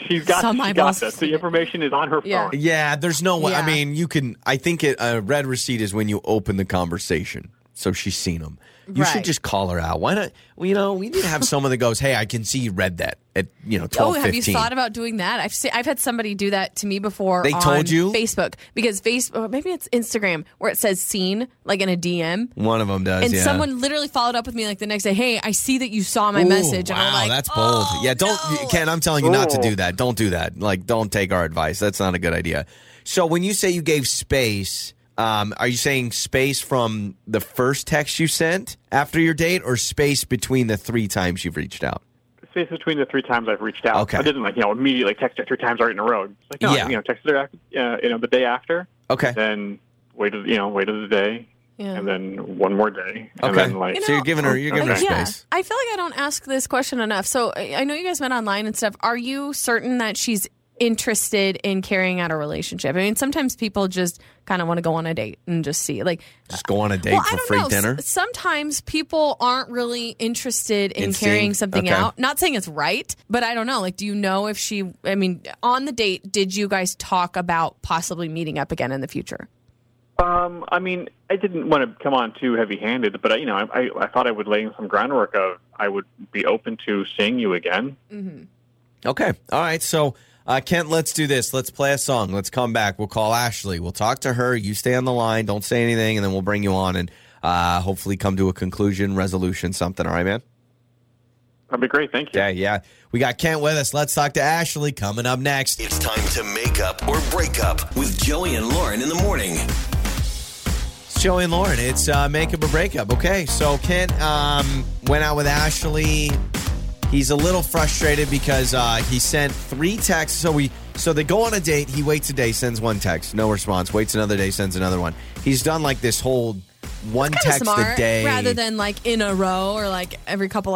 Speaker 10: She's got,
Speaker 3: Some
Speaker 10: she got
Speaker 3: eyeballs
Speaker 10: this.
Speaker 3: see
Speaker 10: The
Speaker 3: it.
Speaker 10: information is on her
Speaker 3: Yeah.
Speaker 10: phone.
Speaker 2: Yeah, there's no way. I
Speaker 3: Yeah.
Speaker 2: mean, you can. I think it, a red receipt is when you open the conversation. So she's seen them. You should
Speaker 3: Right.
Speaker 2: just call her out. Why not? Well, you know, we need to have someone that goes, "Hey, I can see you read that at you know
Speaker 3: Oh,
Speaker 2: twelve
Speaker 3: have you thought about doing that? I've se- I've had somebody do that to me before.
Speaker 2: They
Speaker 3: on
Speaker 2: told you?
Speaker 3: Facebook because Facebook, or maybe it's Instagram, where it says "seen" like in a DM,
Speaker 2: One of them does.
Speaker 3: and
Speaker 2: yeah.
Speaker 3: someone literally followed up with me like the next day. Hey, I see that you saw my
Speaker 2: Ooh,
Speaker 3: message, and
Speaker 2: wow,
Speaker 3: I'm like,
Speaker 2: that's bold.
Speaker 3: "Oh,
Speaker 2: yeah, don't
Speaker 3: no."
Speaker 2: Ken. I'm telling you not to
Speaker 10: Ooh.
Speaker 2: do that. Don't do that. Like, don't take our advice. That's not a good idea. So when you say you gave space, um, are you saying space from the first text you sent after your date, or space between the three times you've reached out?
Speaker 9: Space between the three times I've reached out.
Speaker 2: Okay.
Speaker 9: I didn't like you know immediately text her three times right in a row. It's like no,
Speaker 2: Yeah.
Speaker 9: you know texted her uh, you know the day after,
Speaker 2: Okay.
Speaker 9: then waited you know waited a day,
Speaker 3: Yeah.
Speaker 9: and then one more day,
Speaker 2: Okay.
Speaker 9: and then like
Speaker 3: You
Speaker 2: so you're giving her you're giving
Speaker 9: Okay.
Speaker 2: her
Speaker 3: yeah,
Speaker 2: space.
Speaker 3: I feel like I don't ask this question enough. So I I know you guys met online and stuff. Are you certain that she's interested in carrying out a relationship? I mean, sometimes people just kind of want to go on a date and just see, like,
Speaker 2: Just go on a date
Speaker 3: well, I
Speaker 2: for
Speaker 3: don't
Speaker 2: free
Speaker 3: know.
Speaker 2: dinner.
Speaker 3: S- Sometimes people aren't really interested in,
Speaker 2: In seeing-
Speaker 3: carrying something
Speaker 2: okay.
Speaker 3: out. Not saying it's right, but I don't know. Like, do you know if she? I mean, on the date, did you guys talk about possibly meeting up again in the future?
Speaker 9: Um, I mean, I didn't want to come on too heavy-handed, but I, you know, I, I, I thought I would lay some groundwork of I would be open to seeing you again.
Speaker 2: Okay. All right. So, uh, Kent, let's do this. Let's play a song. Let's come back. We'll call Ashley. We'll talk to her. You stay on the line. Don't say anything, and then we'll bring you on and uh, hopefully come to a conclusion, resolution, something. All right, man?
Speaker 9: That'd be great. Thank you.
Speaker 2: Yeah, yeah. We got Kent with us. Let's talk to Ashley coming up next.
Speaker 8: It's time to make up or break up with Joey and Lauren in the morning.
Speaker 2: It's Joey and Lauren. It's uh, makeup or breakup. Okay, so Kent um, went out with Ashley. He's a little frustrated because uh, he sent three texts. So we so they go on a date. He waits a day, sends one text, no response. Waits another day, sends another one. He's done like this whole one
Speaker 3: Kinda
Speaker 2: text
Speaker 3: smart,
Speaker 2: a day
Speaker 3: rather than like in a row or like every couple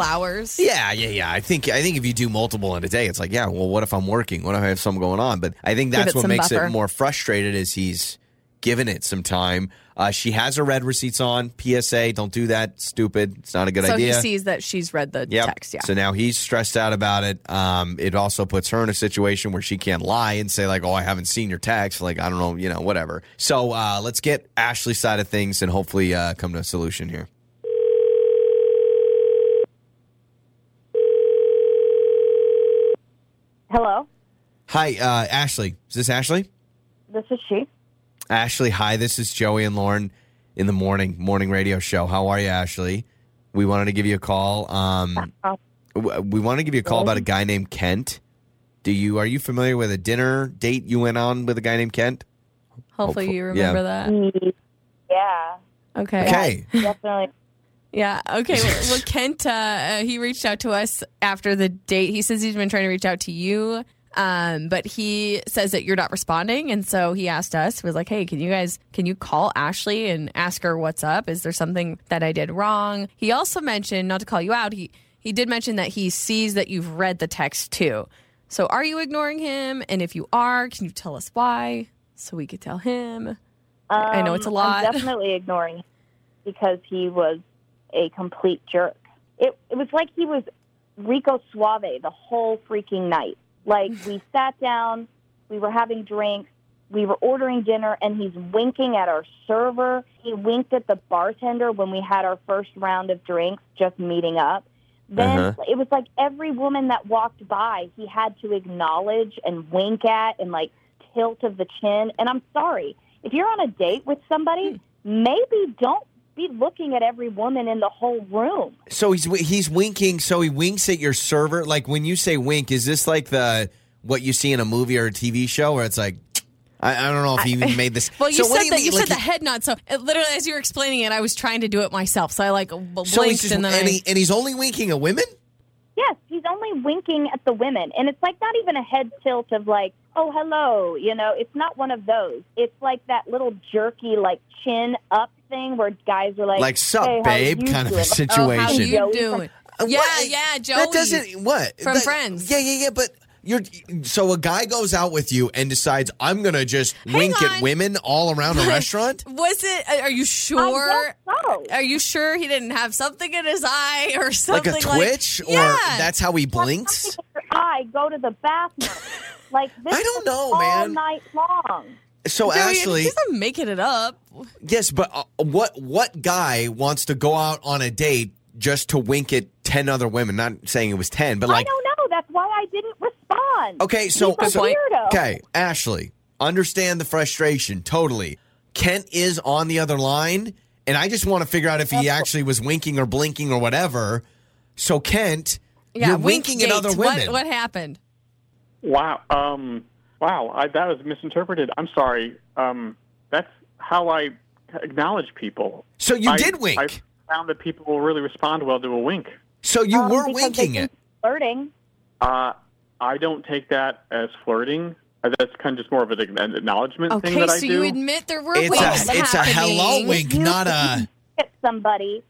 Speaker 3: hours.
Speaker 2: Yeah, yeah, yeah. I think I think if you do multiple in a day, it's like, yeah, well, what if I'm working? What if I have something going on? But I think that's
Speaker 3: it
Speaker 2: what
Speaker 3: some
Speaker 2: makes it
Speaker 3: buffer.
Speaker 2: more frustrated is he's given it some time. Uh, she has her red receipts on. PSA, don't do that. Stupid. It's not a good
Speaker 3: so
Speaker 2: idea.
Speaker 3: he sees that she's read the
Speaker 2: Yep.
Speaker 3: text. Yeah.
Speaker 2: So now he's stressed out about it. Um, it also puts her in a situation where she can't lie and say like, "Oh, I haven't seen your text." Like, I don't know, you know, whatever. So uh, let's get Ashley's side of things and hopefully uh, come to a solution here.
Speaker 1: Hello,
Speaker 2: Hi, uh, Ashley. Is this Ashley?
Speaker 1: this is she.
Speaker 2: Ashley, hi. This is Joey and Lauren in the morning morning radio show. How are you, Ashley? We wanted to give you a call. Um,
Speaker 3: Uh-huh.
Speaker 2: w- we wanted to give you a call about a guy named Kent. Do you are you familiar with a dinner date you went on with a guy named Kent?
Speaker 3: hopefully,
Speaker 2: hopeful-
Speaker 3: you remember that.
Speaker 1: Yeah,
Speaker 3: Okay.
Speaker 2: Okay.
Speaker 1: definitely.
Speaker 3: Yeah. Okay. Well, well Kent, uh, uh, he reached out to us after the date. He says he's been trying to reach out to you, um, but he says that you're not responding, and so he asked us, was like, "Hey, can you guys can you call Ashley and ask her what's up? Is there something that I did wrong?" He also mentioned not to call you out. He he did mention that he sees that you've read the text too. So are you ignoring him? And if you are, can you tell us why so we could tell him? I know it's a
Speaker 1: Um,
Speaker 3: lot.
Speaker 1: I'm definitely ignoring him because he was a complete jerk. It it was like he was Rico Suave the whole freaking night. Like we sat down, we were having drinks, we were ordering dinner, and he's winking at our server. He winked at the bartender when we had our first round of drinks, just meeting up. Then
Speaker 2: Uh-huh.
Speaker 1: it was like every woman that walked by, he had to acknowledge and wink at and like tilt of the chin. And I'm sorry, if you're on a date with somebody, maybe don't be looking at every woman in the whole room.
Speaker 2: So he's wi- he's winking. So he winks at your server. Like when you say wink, is this like the what you see in a movie or a TV show where it's like I, I don't know if he even made this.
Speaker 3: Well, you
Speaker 2: So what do
Speaker 3: said that
Speaker 2: mean,
Speaker 3: you
Speaker 2: like
Speaker 3: said the head nod. So it, literally, as you were explaining it, I was trying to do it myself. So I like w- blinked
Speaker 2: So he's just,
Speaker 3: and then
Speaker 2: and,
Speaker 3: I,
Speaker 2: he, and he's only winking at women.
Speaker 1: Yes, he's only winking at the women. And it's like not even a head tilt of like, oh, hello. You know, it's not one of those. It's like that little jerky, like chin up thing where guys are like,
Speaker 2: Like, sup,
Speaker 1: "Hey, how
Speaker 2: babe,"
Speaker 1: you
Speaker 2: kind of a
Speaker 1: doing?"
Speaker 3: oh, how
Speaker 2: situation. Uh,
Speaker 3: you
Speaker 1: Joey from-
Speaker 3: doing? Yeah,
Speaker 2: What?
Speaker 3: yeah, Joey.
Speaker 2: That doesn't what
Speaker 3: From
Speaker 2: That-
Speaker 3: Friends.
Speaker 2: Yeah, yeah, yeah. But you're so a guy goes out with you and decides I'm gonna just wink at
Speaker 3: on.
Speaker 2: women all around a restaurant.
Speaker 3: Was it? uh, Are you
Speaker 1: I
Speaker 3: sure?
Speaker 1: guess so.
Speaker 3: Are you sure he didn't have something in his eye or
Speaker 2: Like
Speaker 3: something
Speaker 2: a twitch, or
Speaker 3: yeah.
Speaker 2: that's how he blinks.
Speaker 1: I go to the bathroom. like this
Speaker 2: I don't
Speaker 1: is
Speaker 2: know,
Speaker 1: all
Speaker 2: Oh, man.
Speaker 1: night long.
Speaker 2: So
Speaker 3: Joey,
Speaker 2: Ashley,
Speaker 3: he's not making it up.
Speaker 2: Yes, but uh, what what guy wants to go out on a date just to wink at ten other women? Not saying it was ten, but
Speaker 1: I
Speaker 2: like
Speaker 1: don't know. That's why I didn't respond.
Speaker 2: okay, so,
Speaker 1: He's a
Speaker 2: so-
Speaker 1: weirdo.
Speaker 2: okay, Ashley, understand the frustration totally. Kent is on the other line, and I just want to figure out if he actually was winking or blinking or whatever. So Kent,
Speaker 3: Yeah,
Speaker 2: you're
Speaker 3: wink
Speaker 2: winking
Speaker 3: date.
Speaker 2: at other
Speaker 3: What-
Speaker 2: women.
Speaker 3: What, happened?
Speaker 9: Wow. Um,
Speaker 10: wow, I, that was misinterpreted. I'm sorry. Um, that's how I acknowledge people.
Speaker 2: So you
Speaker 10: I-
Speaker 2: did wink.
Speaker 10: I found that people will really respond well to a wink.
Speaker 2: So you
Speaker 9: Um,
Speaker 2: were
Speaker 9: because they
Speaker 2: winking it.
Speaker 9: think Flirting.
Speaker 10: Uh, I don't take that as flirting. Uh, That's kind of just more of an acknowledgement thing
Speaker 3: Okay,
Speaker 10: that I
Speaker 3: so
Speaker 10: do.
Speaker 3: you admit there were
Speaker 2: It's
Speaker 3: winks
Speaker 2: a it's a hello
Speaker 3: happening.
Speaker 2: wink, not a.
Speaker 9: Hit somebody.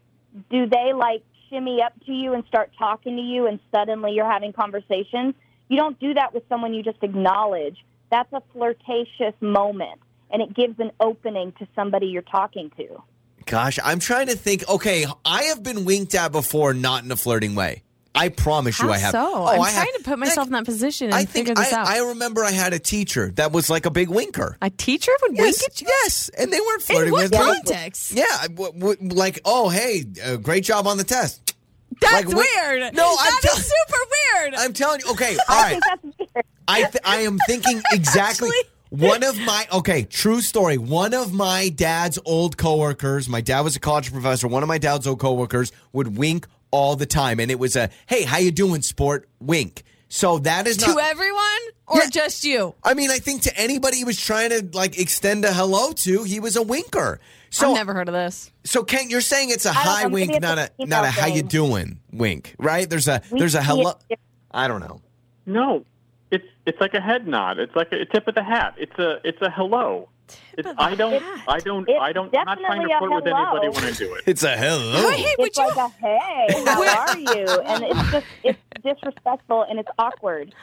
Speaker 9: Do they like shimmy up to you and start talking to you, and suddenly you're having conversations? You don't do that with someone you just acknowledge. That's a flirtatious moment, and it gives an opening to somebody you're talking to.
Speaker 2: Gosh, I'm trying to think. Okay, I have been winked at before, not in a flirting way. I promise
Speaker 3: How
Speaker 2: you, I have. Oh,
Speaker 3: so? I'm
Speaker 2: I
Speaker 3: trying
Speaker 2: have.
Speaker 3: to put myself in that position and
Speaker 2: I think
Speaker 3: figure this out.
Speaker 2: I, I remember I had a teacher that was like a big winker.
Speaker 3: A teacher would
Speaker 2: Yes,
Speaker 3: wink at you?
Speaker 2: yes, and they weren't flirting
Speaker 3: In what
Speaker 2: with me.
Speaker 3: context?
Speaker 2: Yeah, I- w- w- like oh hey, uh, great job on the test.
Speaker 3: That's
Speaker 2: Like, we-
Speaker 3: weird.
Speaker 2: No, I'm
Speaker 3: That
Speaker 2: tell-
Speaker 3: is super weird.
Speaker 2: I'm telling you. Okay, all right.
Speaker 9: That's weird.
Speaker 2: I th- I am thinking exactly one of my okay true story. One of my dad's old coworkers. My dad was a college professor. One of my dad's old coworkers would wink all the time, and it was a hey, how you doing, sport? Wink. So that is
Speaker 3: to
Speaker 2: not.
Speaker 3: everyone or
Speaker 2: Yeah.
Speaker 3: just you?
Speaker 2: I mean, I think to anybody he was trying to like extend a hello to, he was a winker. So
Speaker 3: I've never heard of this.
Speaker 2: so Kent, you're saying it's a
Speaker 9: don't
Speaker 2: high
Speaker 9: know, maybe
Speaker 2: wink,
Speaker 9: it's
Speaker 2: not
Speaker 9: a
Speaker 2: a not a
Speaker 9: female
Speaker 2: how you
Speaker 9: thing.
Speaker 2: doing wink, right? There's a
Speaker 9: We
Speaker 2: there's a
Speaker 9: see it
Speaker 2: hello.
Speaker 9: different.
Speaker 2: I don't know.
Speaker 10: No, it's it's like a head nod. It's like a tip of the hat. It's a it's a hello. It's,
Speaker 3: of the
Speaker 10: I don't
Speaker 3: hat.
Speaker 10: I don't
Speaker 9: It's
Speaker 10: I don't I'm not trying
Speaker 9: definitely
Speaker 10: to
Speaker 9: a
Speaker 10: flirt with anybody
Speaker 9: hello.
Speaker 10: when I do it.
Speaker 2: It's a hello.
Speaker 3: Oh, hey, would
Speaker 9: it's
Speaker 3: you?
Speaker 9: like a hey, how are you? And it's just it's disrespectful and it's awkward.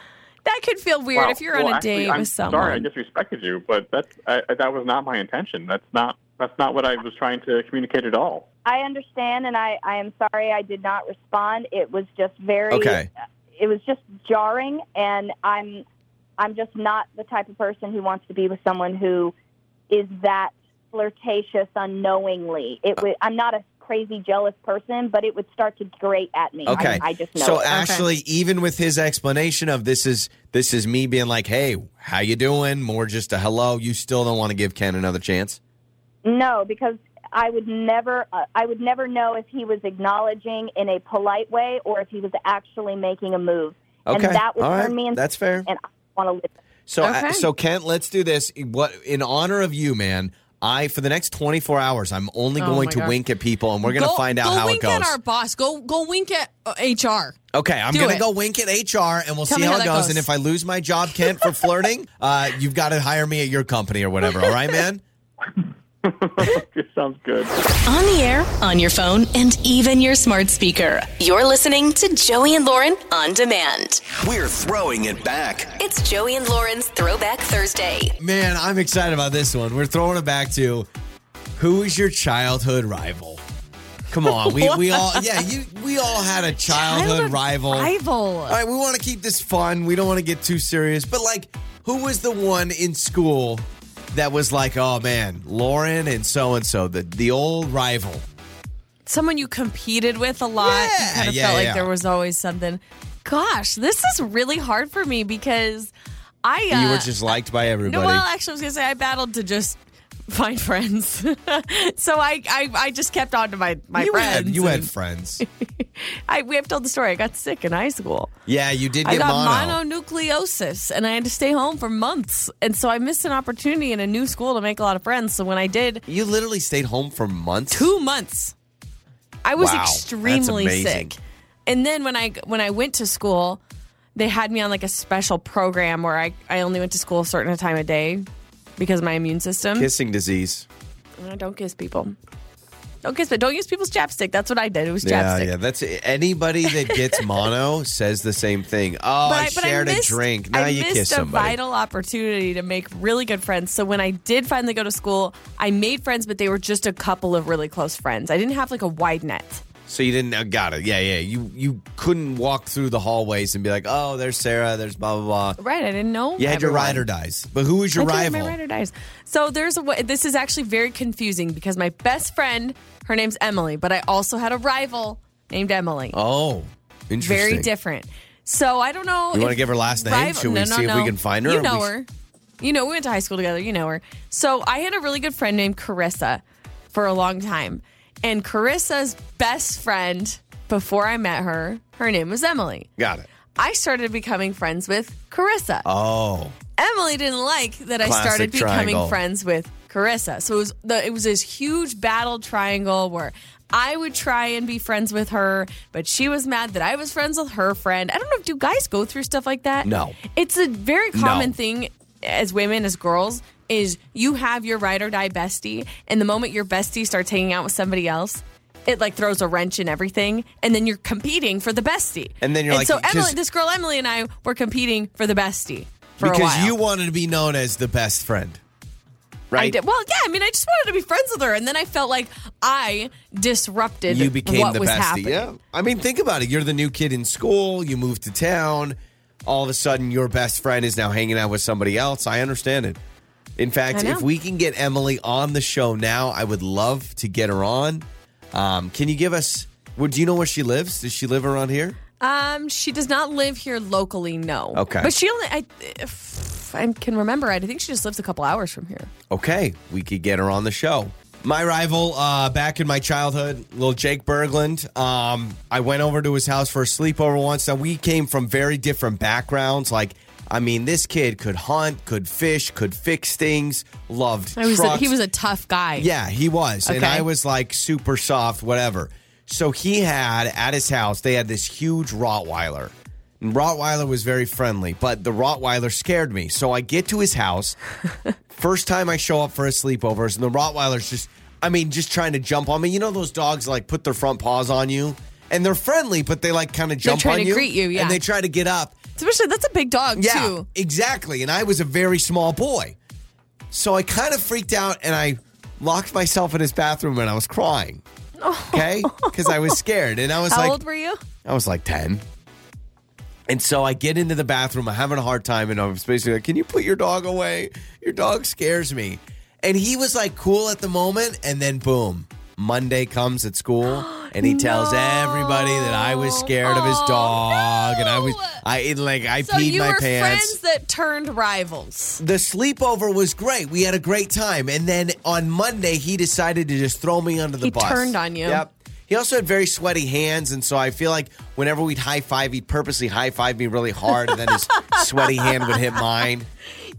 Speaker 3: that could feel weird
Speaker 10: Wow.
Speaker 3: if you're
Speaker 10: Well,
Speaker 3: on a
Speaker 10: actually,
Speaker 3: date
Speaker 10: I'm
Speaker 3: with someone.
Speaker 10: Sorry, I disrespected you, but that's I, I- that was not my intention. That's not that's not what I was trying to communicate at all.
Speaker 9: I understand, and I I am sorry I did not respond. It was just very uh,
Speaker 2: Okay.
Speaker 9: It was just jarring, and I'm I'm just not the type of person who wants to be with someone who is that flirtatious unknowingly. It would, I'm not a crazy jealous person, but it would start to grate at me. I-
Speaker 2: Okay.
Speaker 9: I, just know.
Speaker 2: So
Speaker 9: it.
Speaker 2: Ashley, even with his explanation of this is this is me being like, "Hey, how you doing?" more just a hello, you still don't want to give Ken another chance?
Speaker 9: No, because I would never, uh, I would never know if he was acknowledging in a polite way or if he was actually making a move.
Speaker 2: Okay.
Speaker 9: And that would
Speaker 2: All
Speaker 9: turn
Speaker 2: right.
Speaker 9: me into,
Speaker 2: That's fair.
Speaker 9: and I want to live.
Speaker 2: So uh,
Speaker 3: Okay.
Speaker 2: so Kent, let's do this. What in honor of you, man? I for the next 24 hours, I'm only
Speaker 3: Oh
Speaker 2: going
Speaker 3: my
Speaker 2: to
Speaker 3: God.
Speaker 2: wink at people and we're going to
Speaker 3: Go-
Speaker 2: find out
Speaker 3: go
Speaker 2: how
Speaker 3: wink
Speaker 2: it goes.
Speaker 3: at our boss. Go go wink at uh, HR.
Speaker 2: Okay, I'm
Speaker 3: Do
Speaker 2: gonna
Speaker 3: it.
Speaker 2: go wink at HR, and we'll
Speaker 3: Tell
Speaker 2: see
Speaker 3: me
Speaker 2: how,
Speaker 3: how
Speaker 2: it
Speaker 3: that
Speaker 2: goes.
Speaker 3: goes.
Speaker 2: And if I lose my job, Kent, for flirting, uh, you've got to hire me at your company or whatever. All right, man.
Speaker 10: it sounds good.
Speaker 1: On the air, on your phone, and even your smart speaker. You're listening to Joey and Lauren on demand.
Speaker 8: We're throwing it back.
Speaker 1: It's Joey and Lauren's Throwback Thursday.
Speaker 2: Man, I'm excited about this one. We're throwing it back to who is your childhood rival? Come on, we, we all yeah, you we all had a childhood, rival. All right, we want to keep this fun. We don't want to get too serious, but like, who was the one in school that was like, oh man, Lauren and so and so, the the old rival?
Speaker 3: Someone you competed with a lot.
Speaker 2: Yeah,
Speaker 3: you kind of
Speaker 2: yeah,
Speaker 3: felt
Speaker 2: yeah.
Speaker 3: like there was always something. Gosh, this is really hard for me because I. Uh,
Speaker 2: you were just liked by everybody.
Speaker 3: No, well, actually, I was gonna say I battled to just find friends, so I, I I just kept on to my my
Speaker 2: you
Speaker 3: friends.
Speaker 2: had you had
Speaker 3: and
Speaker 2: friends.
Speaker 3: I we have told the story. I got sick in high school.
Speaker 2: Yeah, you did
Speaker 3: I
Speaker 2: get
Speaker 3: got
Speaker 2: mono.
Speaker 3: mononucleosis, and I had to stay home for months, and so I missed an opportunity in a new school to make a lot of friends. So when I did,
Speaker 2: You literally stayed home for months.
Speaker 3: two months. I was
Speaker 2: Wow, that's
Speaker 3: extremely
Speaker 2: amazing.
Speaker 3: sick. And then when I when I went to school, they had me on like a special program where I, I only went to school a certain time of day because of my immune system.
Speaker 2: kissing disease.
Speaker 3: No, don't kiss people. Don't kiss, but don't use people's chapstick. That's what I did. It was
Speaker 2: Yeah,
Speaker 3: chapstick.
Speaker 2: yeah. That's anybody that gets mono says the same thing. Oh,
Speaker 3: But
Speaker 2: I,
Speaker 3: I, but I
Speaker 2: shared
Speaker 3: missed,
Speaker 2: a drink. Now
Speaker 3: I
Speaker 2: you
Speaker 3: missed
Speaker 2: kiss
Speaker 3: a
Speaker 2: somebody.
Speaker 3: vital opportunity to make really good friends. So when I did finally go to school, I made friends, but they were just a couple of really close friends. I didn't have like a wide net.
Speaker 2: so you didn't uh, got it. Yeah, yeah. You you couldn't walk through the hallways and be like, oh, there's Sarah. There's blah blah blah.
Speaker 3: Right, I didn't know.
Speaker 2: You had your
Speaker 3: everyone.
Speaker 2: ride or dies. But who was your
Speaker 3: I did,
Speaker 2: rival?
Speaker 3: My ride or dies. So there's a way. This is actually very confusing because my best friend, her name's Emily, but I also had a rival named Emily.
Speaker 2: oh, interesting.
Speaker 3: very different. So I don't know.
Speaker 2: You wanna
Speaker 3: if
Speaker 2: give her last name?
Speaker 3: rival-
Speaker 2: Should we
Speaker 3: no, no,
Speaker 2: see if we
Speaker 3: no.
Speaker 2: can find her?
Speaker 3: You
Speaker 2: Or
Speaker 3: know
Speaker 2: we-
Speaker 3: her. You know, we went to high school together. You know her. So I had a really good friend named Carissa for a long time, and Carissa's best friend before I met her, her name was Emily.
Speaker 2: Got it.
Speaker 3: I started becoming friends with Carissa.
Speaker 2: Oh,
Speaker 3: Emily didn't like that I
Speaker 2: Classic
Speaker 3: started becoming
Speaker 2: triangle.
Speaker 3: friends with Carissa. So it was the, it was this huge battle triangle where I would try and be friends with her, but she was mad that I was friends with her friend. I don't know. Do guys go through stuff like that?
Speaker 2: No.
Speaker 3: It's a very common
Speaker 2: No.
Speaker 3: thing as women as girls is you have your ride or die bestie, and the moment your bestie starts hanging out with somebody else. It like throws a wrench in everything, and then you're competing for the bestie.
Speaker 2: And then you're like,
Speaker 3: so
Speaker 2: just-
Speaker 3: Emily, this girl Emily and I were competing for the bestie for a
Speaker 2: because
Speaker 3: while.
Speaker 2: you wanted to be known as the best friend, right?
Speaker 3: I did. Well, yeah. I mean, I just wanted to be friends with her, and then I felt like I disrupted.
Speaker 2: you became
Speaker 3: what
Speaker 2: the
Speaker 3: was
Speaker 2: bestie.
Speaker 3: happening.
Speaker 2: Yeah, I mean, think about it. You're the new kid in school. You move to town. All of a sudden, your best friend is now hanging out with somebody else. I understand it. In fact,
Speaker 3: I know.
Speaker 2: if we can get Emily on the show now, I would love to get her on. Um, can you give us? Well, do you know where she lives? Does she live around here?
Speaker 3: Um, she does not live here locally. No.
Speaker 2: Okay.
Speaker 3: But she only. I, if I can remember right. I think she just lives a couple hours from here.
Speaker 2: Okay, we could get her on the show. My rival uh, back in my childhood, little Jake Berglund. Um, I went over to his house for a sleepover once. Now we came from very different backgrounds. Like, I mean, this kid could hunt, could fish, could fix things. Loved.
Speaker 3: I was. A,
Speaker 2: trucks.
Speaker 3: he was a tough guy.
Speaker 2: Yeah, he was. And
Speaker 3: Okay.
Speaker 2: I was like super soft, whatever. So he had at his house, they had this huge Rottweiler. And Rottweiler was very friendly, but the Rottweiler scared me. So I get to his house. First time I show up for a sleepovers, and the Rottweiler's just, I mean, just trying to jump on me. You know, those dogs like put their front paws on you and they're friendly, but they like kind of jump
Speaker 3: try
Speaker 2: on
Speaker 3: to
Speaker 2: you.
Speaker 3: greet you, yeah.
Speaker 2: And they try to get up.
Speaker 3: Especially that's a big dog
Speaker 2: Yeah,
Speaker 3: too.
Speaker 2: exactly. And I was a very small boy. So I kind of freaked out and I locked myself in his bathroom and I was crying. Okay? Because I was scared. And I was
Speaker 3: Oh. How
Speaker 2: like,
Speaker 3: old were you?
Speaker 2: I was like 10. And so I get into the bathroom. I'm having a hard time. And I was basically like, Can you put your dog away? Your dog scares me. And he was like cool at the moment. And then boom, Monday comes at school. And he tells everybody that I was scared of his
Speaker 3: Oh,
Speaker 2: dog, and I was,
Speaker 3: no.
Speaker 2: I it, like, I
Speaker 3: So
Speaker 2: peed
Speaker 3: you
Speaker 2: my
Speaker 3: were
Speaker 2: pants
Speaker 3: friends that turned rivals.
Speaker 2: the sleepover was great. We had a great time. And then on Monday, he decided to just throw me under the
Speaker 3: He
Speaker 2: bus.
Speaker 3: turned on you.
Speaker 2: Yep. He also had very sweaty hands. And so I feel like whenever we'd high five, he'd purposely high five me really hard. And then his sweaty hand would hit mine.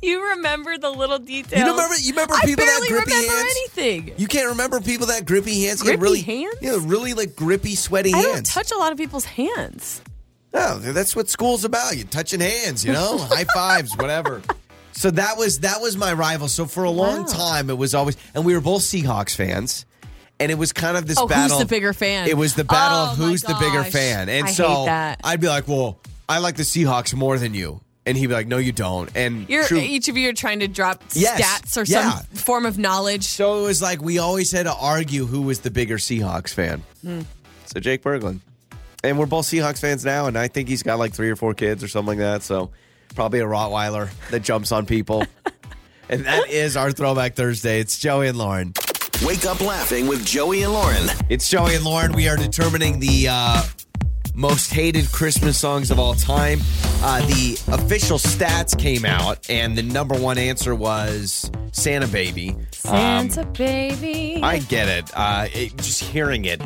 Speaker 3: You remember the little details.
Speaker 2: You remember, you remember
Speaker 3: I
Speaker 2: people that
Speaker 3: barely
Speaker 2: grippy
Speaker 3: remember
Speaker 2: hands?
Speaker 3: anything.
Speaker 2: You can't remember people that grippy hands? He had
Speaker 3: Grippy
Speaker 2: really,
Speaker 3: hands?
Speaker 2: Yeah, really like grippy, sweaty
Speaker 3: I don't
Speaker 2: hands.
Speaker 3: touch a lot of people's hands.
Speaker 2: Oh, that's what school's about. You touching hands, you know, high fives, whatever. So that was that was my rival. So for a long time, it was always, and we were both Seahawks fans, and it was kind of this
Speaker 3: Oh, who's
Speaker 2: battle.
Speaker 3: the bigger fan?
Speaker 2: It was the battle
Speaker 3: Oh,
Speaker 2: of
Speaker 3: my
Speaker 2: who's the bigger
Speaker 3: gosh.
Speaker 2: fan, and
Speaker 3: I
Speaker 2: so
Speaker 3: hate that.
Speaker 2: I'd be like, "Well, I like the Seahawks more than you," and he'd be like, "No, you don't." And
Speaker 3: You're,
Speaker 2: true-
Speaker 3: each of you are trying to drop
Speaker 2: Yes.
Speaker 3: stats or
Speaker 2: Yeah.
Speaker 3: some form of knowledge.
Speaker 2: so it was like we always had to argue who was the bigger Seahawks fan. So Jake Berglund. And we're both Seahawks fans now, and I think he's got like three or four kids or something like that. So probably a Rottweiler that jumps on people. and that is our Throwback Thursday. It's Joey and Lauren.
Speaker 8: Wake up laughing with Joey and Lauren.
Speaker 2: It's Joey and Lauren. We are determining the uh, most hated Christmas songs of all time. Uh, the official stats came out, and the number one answer was Santa Baby.
Speaker 3: Santa baby.
Speaker 2: um, I get it. Uh, it just hearing it,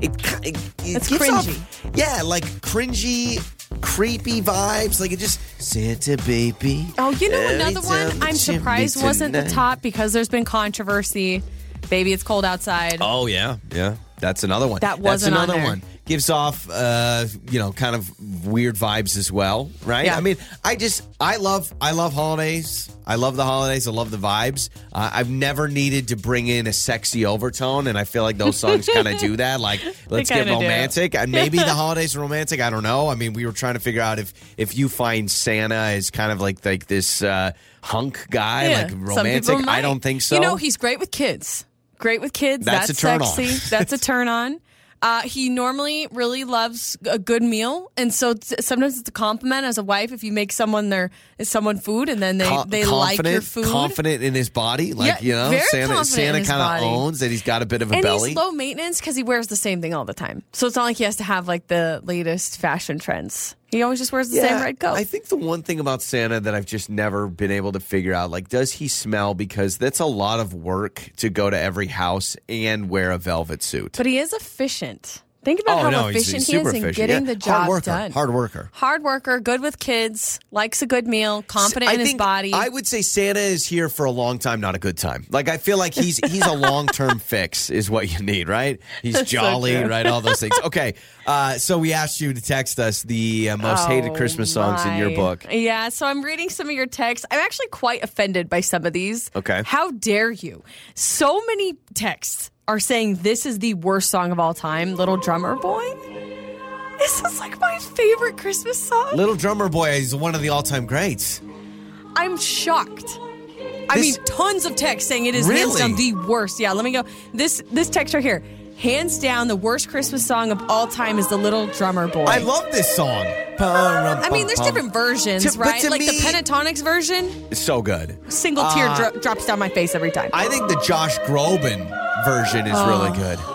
Speaker 2: it, ki- it, it
Speaker 3: It's
Speaker 2: gets off-
Speaker 3: cringy.
Speaker 2: yeah, like cringy, creepy vibes. Like it just Santa baby.
Speaker 3: oh, you know
Speaker 2: every
Speaker 3: another one
Speaker 2: time the
Speaker 3: I'm
Speaker 2: chimney
Speaker 3: surprised wasn't the
Speaker 2: tonight.
Speaker 3: top because there's been controversy. Baby, it's cold outside.
Speaker 2: Oh yeah, yeah. That's another one.
Speaker 3: That wasn't
Speaker 2: That's
Speaker 3: on
Speaker 2: another
Speaker 3: there.
Speaker 2: one. Gives off, uh, you know, kind of weird vibes as well, right?
Speaker 3: Yeah.
Speaker 2: I mean, I just, I love, I love holidays. I love the holidays. I love the vibes. Uh, I've never needed to bring in a sexy overtone, and I feel like those songs kind of do that. Like, let's get
Speaker 3: kinda do.
Speaker 2: romantic, and maybe the holidays are romantic. I don't know. I mean, we were trying to figure out if if you find Santa is kind of like like this uh, hunk guy,
Speaker 3: Yeah,
Speaker 2: like
Speaker 3: some people
Speaker 2: romantic. I
Speaker 3: might.
Speaker 2: don't think so.
Speaker 3: You know, he's great with kids. Great with kids.
Speaker 2: That's
Speaker 3: That's,
Speaker 2: a turn on.
Speaker 3: sexy. That's a turn on. Uh, he normally really loves a good meal, and so t- sometimes it's a compliment as a wife if you make someone their someone food, and then they
Speaker 2: co-
Speaker 3: they like your food.
Speaker 2: confident in his body. Like
Speaker 3: Yeah,
Speaker 2: you know,
Speaker 3: very
Speaker 2: Santa
Speaker 3: confident in
Speaker 2: Santa
Speaker 3: his
Speaker 2: kind of
Speaker 3: body.
Speaker 2: owns that he's got a bit of a
Speaker 3: and
Speaker 2: belly.
Speaker 3: he's low maintenance because he wears the same thing all the time. So it's not like he has to have like the latest fashion trends. He always just wears the same red coat.
Speaker 2: I think the one thing about Santa that I've just never been able to figure out, like, does he smell? Because that's a lot of work to go to every house and wear a velvet suit.
Speaker 3: but he is efficient. Think about
Speaker 2: Oh,
Speaker 3: how
Speaker 2: no, he's-
Speaker 3: efficient
Speaker 2: he's
Speaker 3: he is
Speaker 2: super
Speaker 3: in
Speaker 2: efficient,
Speaker 3: getting
Speaker 2: yeah.
Speaker 3: the
Speaker 2: Hard
Speaker 3: job
Speaker 2: worker,
Speaker 3: done.
Speaker 2: hard worker.
Speaker 3: Hard worker, good with kids, likes a good meal, confident
Speaker 2: I
Speaker 3: in his
Speaker 2: think-
Speaker 3: body.
Speaker 2: I would say Santa is here for a long time, not a good time. Like I feel like he's he's a long term fix is what you need, right? He's jolly,
Speaker 3: true.
Speaker 2: right? All those things. Okay, uh, so we asked you to text us the uh, most hated
Speaker 3: Oh,
Speaker 2: Christmas songs in your
Speaker 3: my.
Speaker 2: book.
Speaker 3: Yeah, so I'm reading some of your texts. I'm actually quite offended by some of these.
Speaker 2: Okay.
Speaker 3: How dare you? So many texts are saying this is the worst song of all time, Little Drummer Boy. This is like my favorite Christmas song.
Speaker 2: Little Drummer Boy is one of the all time greats.
Speaker 3: I'm shocked. I
Speaker 2: This-
Speaker 3: mean, tons of texts saying it is hands
Speaker 2: Really?
Speaker 3: down the worst. Yeah, let me go. This this text right here, hands down, the worst Christmas song of all time is the Little Drummer Boy.
Speaker 2: I love this song. I
Speaker 3: I mean, there's different versions,
Speaker 2: To- but
Speaker 3: right?
Speaker 2: to
Speaker 3: Like the
Speaker 2: me-
Speaker 3: Pentatonics version,
Speaker 2: It's so good.
Speaker 3: single tear dro- drops down my face every time.
Speaker 2: Uh, I think the Josh Groban version is really good.
Speaker 3: Oh.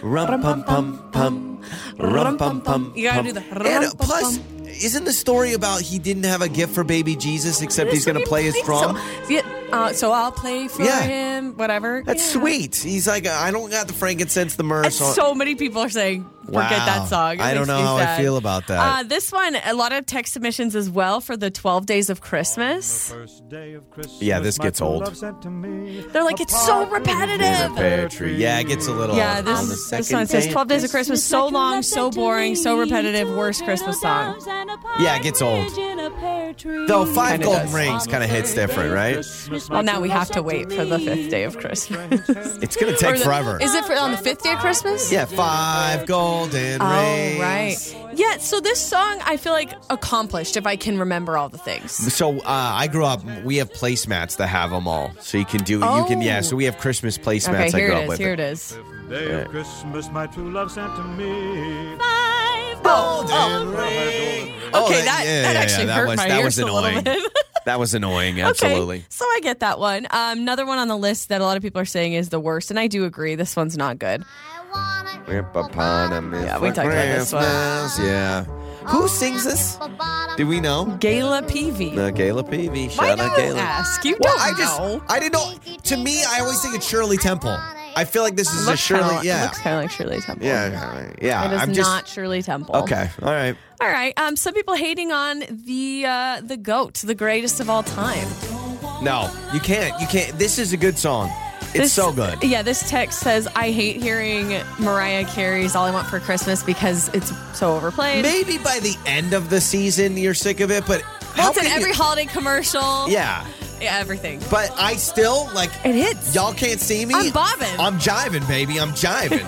Speaker 2: Rum pum pum pum, rum pum pum.
Speaker 3: You gotta
Speaker 2: pum.
Speaker 3: do the rum
Speaker 2: And uh,
Speaker 3: pum
Speaker 2: plus, isn't the story about he didn't have a gift for baby Jesus except he's gonna play his drum?
Speaker 3: So, yeah, uh, so I'll play for
Speaker 2: Yeah.
Speaker 3: him, whatever.
Speaker 2: That's
Speaker 3: Yeah.
Speaker 2: sweet. He's like, I don't got the frankincense, the myrrh.
Speaker 3: And
Speaker 2: So,
Speaker 3: so many people are saying, forget that
Speaker 2: Wow.
Speaker 3: song. It
Speaker 2: I don't
Speaker 3: makes
Speaker 2: know
Speaker 3: me
Speaker 2: how I
Speaker 3: sad.
Speaker 2: feel about that.
Speaker 3: Uh, this one, a lot of text submissions as well for the 12 Days of Christmas.
Speaker 2: yeah, this gets old.
Speaker 3: They're like, it's so repetitive.
Speaker 2: Yeah, it gets a little.
Speaker 3: Yeah,
Speaker 2: old.
Speaker 3: this,
Speaker 2: On the
Speaker 3: this
Speaker 2: second
Speaker 3: one says
Speaker 2: day-
Speaker 3: 12 Days of Christmas, so long, so boring, so repetitive, worst Christmas song.
Speaker 2: Yeah, it gets old. Though five golden rings kind of hits different, right?
Speaker 3: Well, now we have to wait for the fifth day of Christmas.
Speaker 2: It's gonna
Speaker 3: Or
Speaker 2: take
Speaker 3: the-
Speaker 2: forever.
Speaker 3: Is it for, on the fifth day of Christmas?
Speaker 2: yeah, five golden
Speaker 3: Oh,
Speaker 2: rings.
Speaker 3: right. Yeah, so this song I feel like accomplished if I can remember all the things.
Speaker 2: So uh, I grew up. We have placemats that have them all, so you can do. You can yeah.
Speaker 3: Oh.
Speaker 2: So we have Christmas placemats.
Speaker 3: Okay,
Speaker 2: I
Speaker 3: here
Speaker 2: grew up
Speaker 3: it is.
Speaker 2: with.
Speaker 3: Here it is.
Speaker 2: Yeah.
Speaker 3: Oh,
Speaker 2: Oh,
Speaker 3: Okay, that,
Speaker 2: yeah,
Speaker 3: that
Speaker 2: yeah,
Speaker 3: actually
Speaker 2: yeah, Oh, that
Speaker 3: hurt
Speaker 2: was,
Speaker 3: my
Speaker 2: that
Speaker 3: ears
Speaker 2: was
Speaker 3: a
Speaker 2: annoying.
Speaker 3: little bit.
Speaker 2: that was annoying.
Speaker 3: Okay,
Speaker 2: Absolutely.
Speaker 3: so I get that one. Um, another one on the list that a lot of people are saying is the worst, and I do agree. This one's not good.
Speaker 6: I wanna
Speaker 2: Hippopotamus
Speaker 3: Yeah, we
Speaker 2: for
Speaker 3: talked about this one.
Speaker 2: Christmas. Yeah. Who sings this? Do we know?
Speaker 3: Gayla Peavy.
Speaker 2: Uh, Gayla Peavy.
Speaker 3: Why
Speaker 2: Shout out
Speaker 3: don't you
Speaker 2: Gayla.
Speaker 3: ask? You
Speaker 2: Well,
Speaker 3: don't
Speaker 2: I just
Speaker 3: know.
Speaker 2: I didn't know. To me, I always think it's Shirley Temple. I feel like this is a
Speaker 3: Looks
Speaker 2: Shirley.
Speaker 3: kinda,
Speaker 2: yeah.
Speaker 3: Looks kind of like Shirley Temple.
Speaker 2: yeah. Yeah.
Speaker 3: It is
Speaker 2: I'm just
Speaker 3: not Shirley Temple.
Speaker 2: okay. All right.
Speaker 3: All right. Um, some people hating on the uh, the goat, the greatest of all time.
Speaker 2: No, you can't. You can't. This is a good song. It's
Speaker 3: This-
Speaker 2: so good.
Speaker 3: Yeah, this text says I hate hearing Mariah Carey's "All I Want for Christmas" because it's so overplayed.
Speaker 2: Maybe by the end of the season, you're sick of it, but
Speaker 3: Well,
Speaker 2: how
Speaker 3: it's in
Speaker 2: can you-
Speaker 3: every holiday commercial.
Speaker 2: Yeah,
Speaker 3: yeah, everything.
Speaker 2: but I still like.
Speaker 3: It hits.
Speaker 2: Y'all can't see me.
Speaker 3: I'm bobbing.
Speaker 2: I'm jiving, baby. I'm jiving.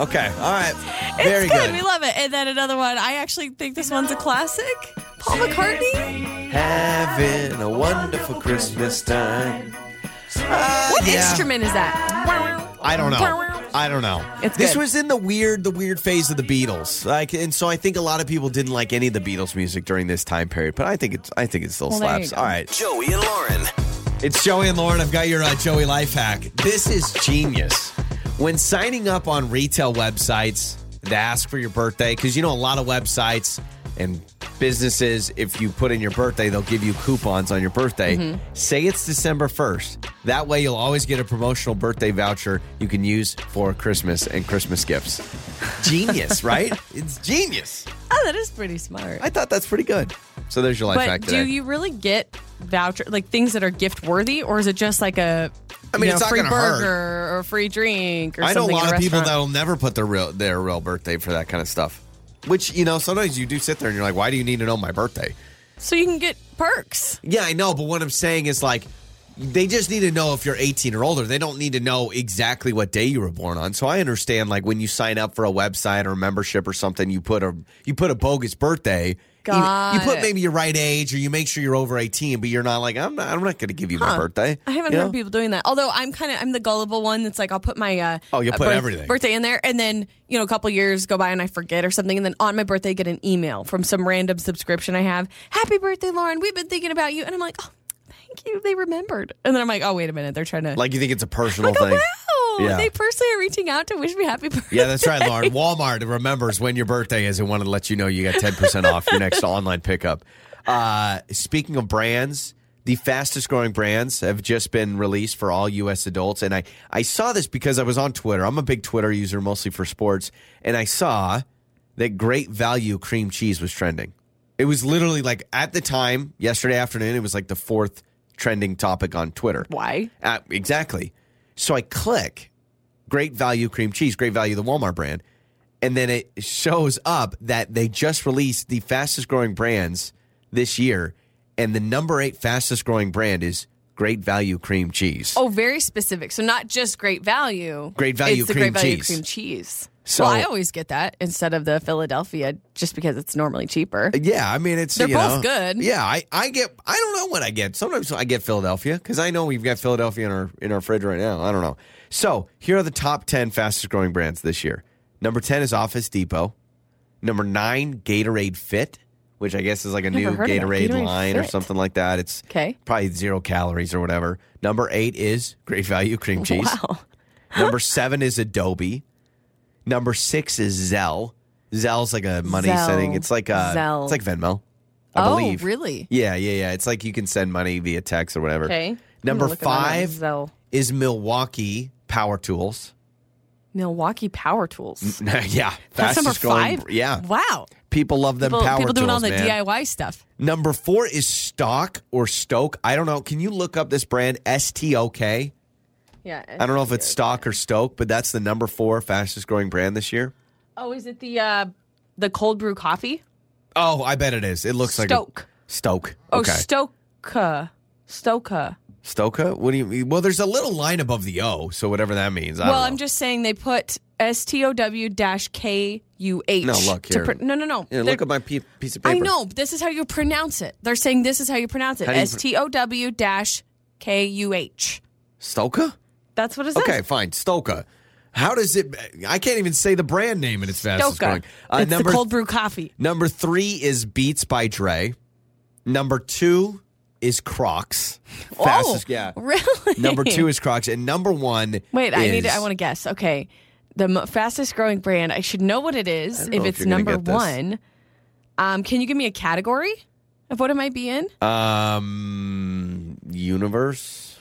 Speaker 2: okay. All right.
Speaker 3: It's
Speaker 2: Very
Speaker 3: good.
Speaker 2: good.
Speaker 3: We love it. And then another one. I actually think this one's a classic. Paul McCartney.
Speaker 2: Having a wonderful Christmas time. Uh,
Speaker 3: What
Speaker 2: yeah.
Speaker 3: instrument is that?
Speaker 2: I don't know. I don't know.
Speaker 3: It's
Speaker 2: this
Speaker 3: good.
Speaker 2: was in the weird, the weird phase of the Beatles. Like, and so I think a lot of people didn't like any of the Beatles music during this time period. But I think it's, I think it still
Speaker 3: Well, there you
Speaker 2: slaps.
Speaker 3: go.
Speaker 2: All right,
Speaker 8: Joey and Lauren.
Speaker 2: it's Joey and Lauren. I've got your uh, Joey life hack. This is genius. When signing up on retail websites to ask for your birthday, because you know a lot of websites and businesses, if you put in your birthday, they'll give you coupons on your birthday.
Speaker 3: Mm-hmm.
Speaker 2: Say it's December 1st. That way, you'll always get a promotional birthday voucher you can use for Christmas and Christmas gifts. Genius, right? It's genius.
Speaker 3: Oh, that is pretty smart.
Speaker 2: I thought that's pretty good. So there's your life hack
Speaker 3: But do
Speaker 2: today.
Speaker 3: you really get voucher like things that are gift worthy, or is it just like a
Speaker 2: I mean,
Speaker 3: you know,
Speaker 2: it's not
Speaker 3: free
Speaker 2: gonna hurt.
Speaker 3: burger or free drink or
Speaker 2: I know a
Speaker 3: something?
Speaker 2: lot
Speaker 3: at
Speaker 2: of people
Speaker 3: restaurant?
Speaker 2: that'll never put their real their real birthday for that kind of stuff. Which you know, sometimes you do sit there and you're like, why do you need to know my birthday?
Speaker 3: so you can get perks.
Speaker 2: Yeah, I know, but what I'm saying is like, they just need to know if you're 18 or older. They don't need to know exactly what day you were born on. So I understand like when you sign up for a website or a membership or something, you put a you put a bogus birthday. You-
Speaker 3: Got
Speaker 2: you, put
Speaker 3: it.
Speaker 2: maybe your right age, or you make sure you're over 18, but you're not like I'm not. I'm not going to give you my birthday.
Speaker 3: I haven't
Speaker 2: you
Speaker 3: heard
Speaker 2: know?
Speaker 3: people doing that. Although I'm kind of I'm the gullible one that's like I'll put my uh,
Speaker 2: Oh, you'll
Speaker 3: uh,
Speaker 2: put everything.
Speaker 3: birthday in there, and then you know a couple years go by and I forget or something, and then on my birthday I get an email from some random subscription I have. Happy birthday, Lauren! We've been thinking about you, and I'm like, oh, thank you. They remembered, and then I'm like, oh wait a minute, they're trying to
Speaker 2: Like you think it's a personal
Speaker 3: like oh,
Speaker 2: thing.
Speaker 3: wow,
Speaker 2: Yeah.
Speaker 3: they personally are reaching out to wish me happy birthday.
Speaker 2: Yeah, that's right, Lauren. Walmart remembers when your birthday is and wanted to let you know you got 10% off your next online pickup. Uh, speaking of brands, the fastest growing brands have just been released for all U.S. adults. And I, I saw this because I was on Twitter. I'm a big Twitter user, mostly for sports. And I saw that great value cream cheese was trending. It was literally like at the time, yesterday afternoon, it was like the fourth trending topic on Twitter.
Speaker 3: Why?
Speaker 2: Uh, exactly. So I click great value cream cheese, great value, the Walmart brand. And then it shows up that they just released the fastest growing brands this year. And the number eight fastest growing brand is great value cream cheese.
Speaker 3: Oh, very specific. So not just great value.
Speaker 2: Great value
Speaker 3: It's the
Speaker 2: cream
Speaker 3: great value
Speaker 2: cheese.
Speaker 3: cream cheese.
Speaker 2: So-
Speaker 3: well, I always get that instead of the Philadelphia, just because it's normally cheaper.
Speaker 2: Yeah, I mean it's
Speaker 3: They're
Speaker 2: you know,
Speaker 3: both good.
Speaker 2: Yeah, I, I get I don't know what I get. Sometimes I get Philadelphia because I know we've got Philadelphia in our in our fridge right now. I don't know. So here are the top ten fastest growing brands this year. Number ten is Office Depot. Number nine, Gatorade Fit, which I guess is like a
Speaker 3: Never
Speaker 2: new
Speaker 3: heard of that.
Speaker 2: Gatorade,
Speaker 3: Gatorade
Speaker 2: line or
Speaker 3: Fit.
Speaker 2: something like that. It's
Speaker 3: Okay.
Speaker 2: probably zero calories or whatever. Number eight is Great Value Cream Cheese.
Speaker 3: Wow.
Speaker 2: Number seven is Adobe. Number six is Zelle. Zelle's like a money
Speaker 3: Zelle.
Speaker 2: sending. It's like a
Speaker 3: Zelle.
Speaker 2: it's like Venmo. I
Speaker 3: oh,
Speaker 2: believe.
Speaker 3: really?
Speaker 2: Yeah, yeah, yeah. It's like you can send money via text or whatever.
Speaker 3: Okay. I'm
Speaker 2: Number
Speaker 3: gonna look them up.
Speaker 2: five
Speaker 3: Zelle.
Speaker 2: is Milwaukee Power Tools.
Speaker 3: Milwaukee Power Tools.
Speaker 2: yeah,
Speaker 3: That's number
Speaker 2: Mm, fastest growing-
Speaker 3: five.
Speaker 2: Yeah,
Speaker 3: Wow.
Speaker 2: people love them
Speaker 3: People,
Speaker 2: power
Speaker 3: people doing
Speaker 2: tools.
Speaker 3: all the
Speaker 2: man.
Speaker 3: DIY stuff.
Speaker 2: Number four is Stock or Stoke. I don't know. Can you look up this brand S T O K?
Speaker 3: Yeah.
Speaker 2: I don't know if it's Stock or Stoke, but that's the number four fastest growing brand this year.
Speaker 3: Oh, is it the uh, the cold brew coffee?
Speaker 2: Oh, I bet it is. It looks like a-
Speaker 3: Stoke.
Speaker 2: Stoke.
Speaker 3: Oh,
Speaker 2: okay.
Speaker 3: Stoka. Stoka.
Speaker 2: Stoka? What do you mean? Well, there's a little line above the O, so whatever that means. I
Speaker 3: Well,
Speaker 2: don't
Speaker 3: I'm
Speaker 2: know.
Speaker 3: just saying they put S T O W dash K U H.
Speaker 2: No, look
Speaker 3: to
Speaker 2: here.
Speaker 3: pr- no, no, no.
Speaker 2: Yeah,
Speaker 3: They're-
Speaker 2: look at my pe- piece of paper.
Speaker 3: I know. but This is how you pronounce it. They're saying this is how you pronounce it.
Speaker 2: How do you
Speaker 3: S T O W dash K U H.
Speaker 2: Stoka?
Speaker 3: That's what it says.
Speaker 2: Okay, fine. Stoka. How does it? I can't even say the brand name and its fastest
Speaker 3: Stoka.
Speaker 2: growing. Uh,
Speaker 3: it's
Speaker 2: number
Speaker 3: the cold brew coffee.
Speaker 2: number three is Beats by Dre. Number two is Crocs. Fastest,
Speaker 3: oh,
Speaker 2: yeah.
Speaker 3: Really?
Speaker 2: Number two is Crocs, and number one.
Speaker 3: Wait, I need.
Speaker 2: is-
Speaker 3: I want to guess. Okay, the m- fastest growing brand. I should know what it is
Speaker 2: don't
Speaker 3: if
Speaker 2: know if
Speaker 3: it's
Speaker 2: you're gonna
Speaker 3: number
Speaker 2: get this.
Speaker 3: one. Um, can you give me a category of what it might be in?
Speaker 2: Um, universe.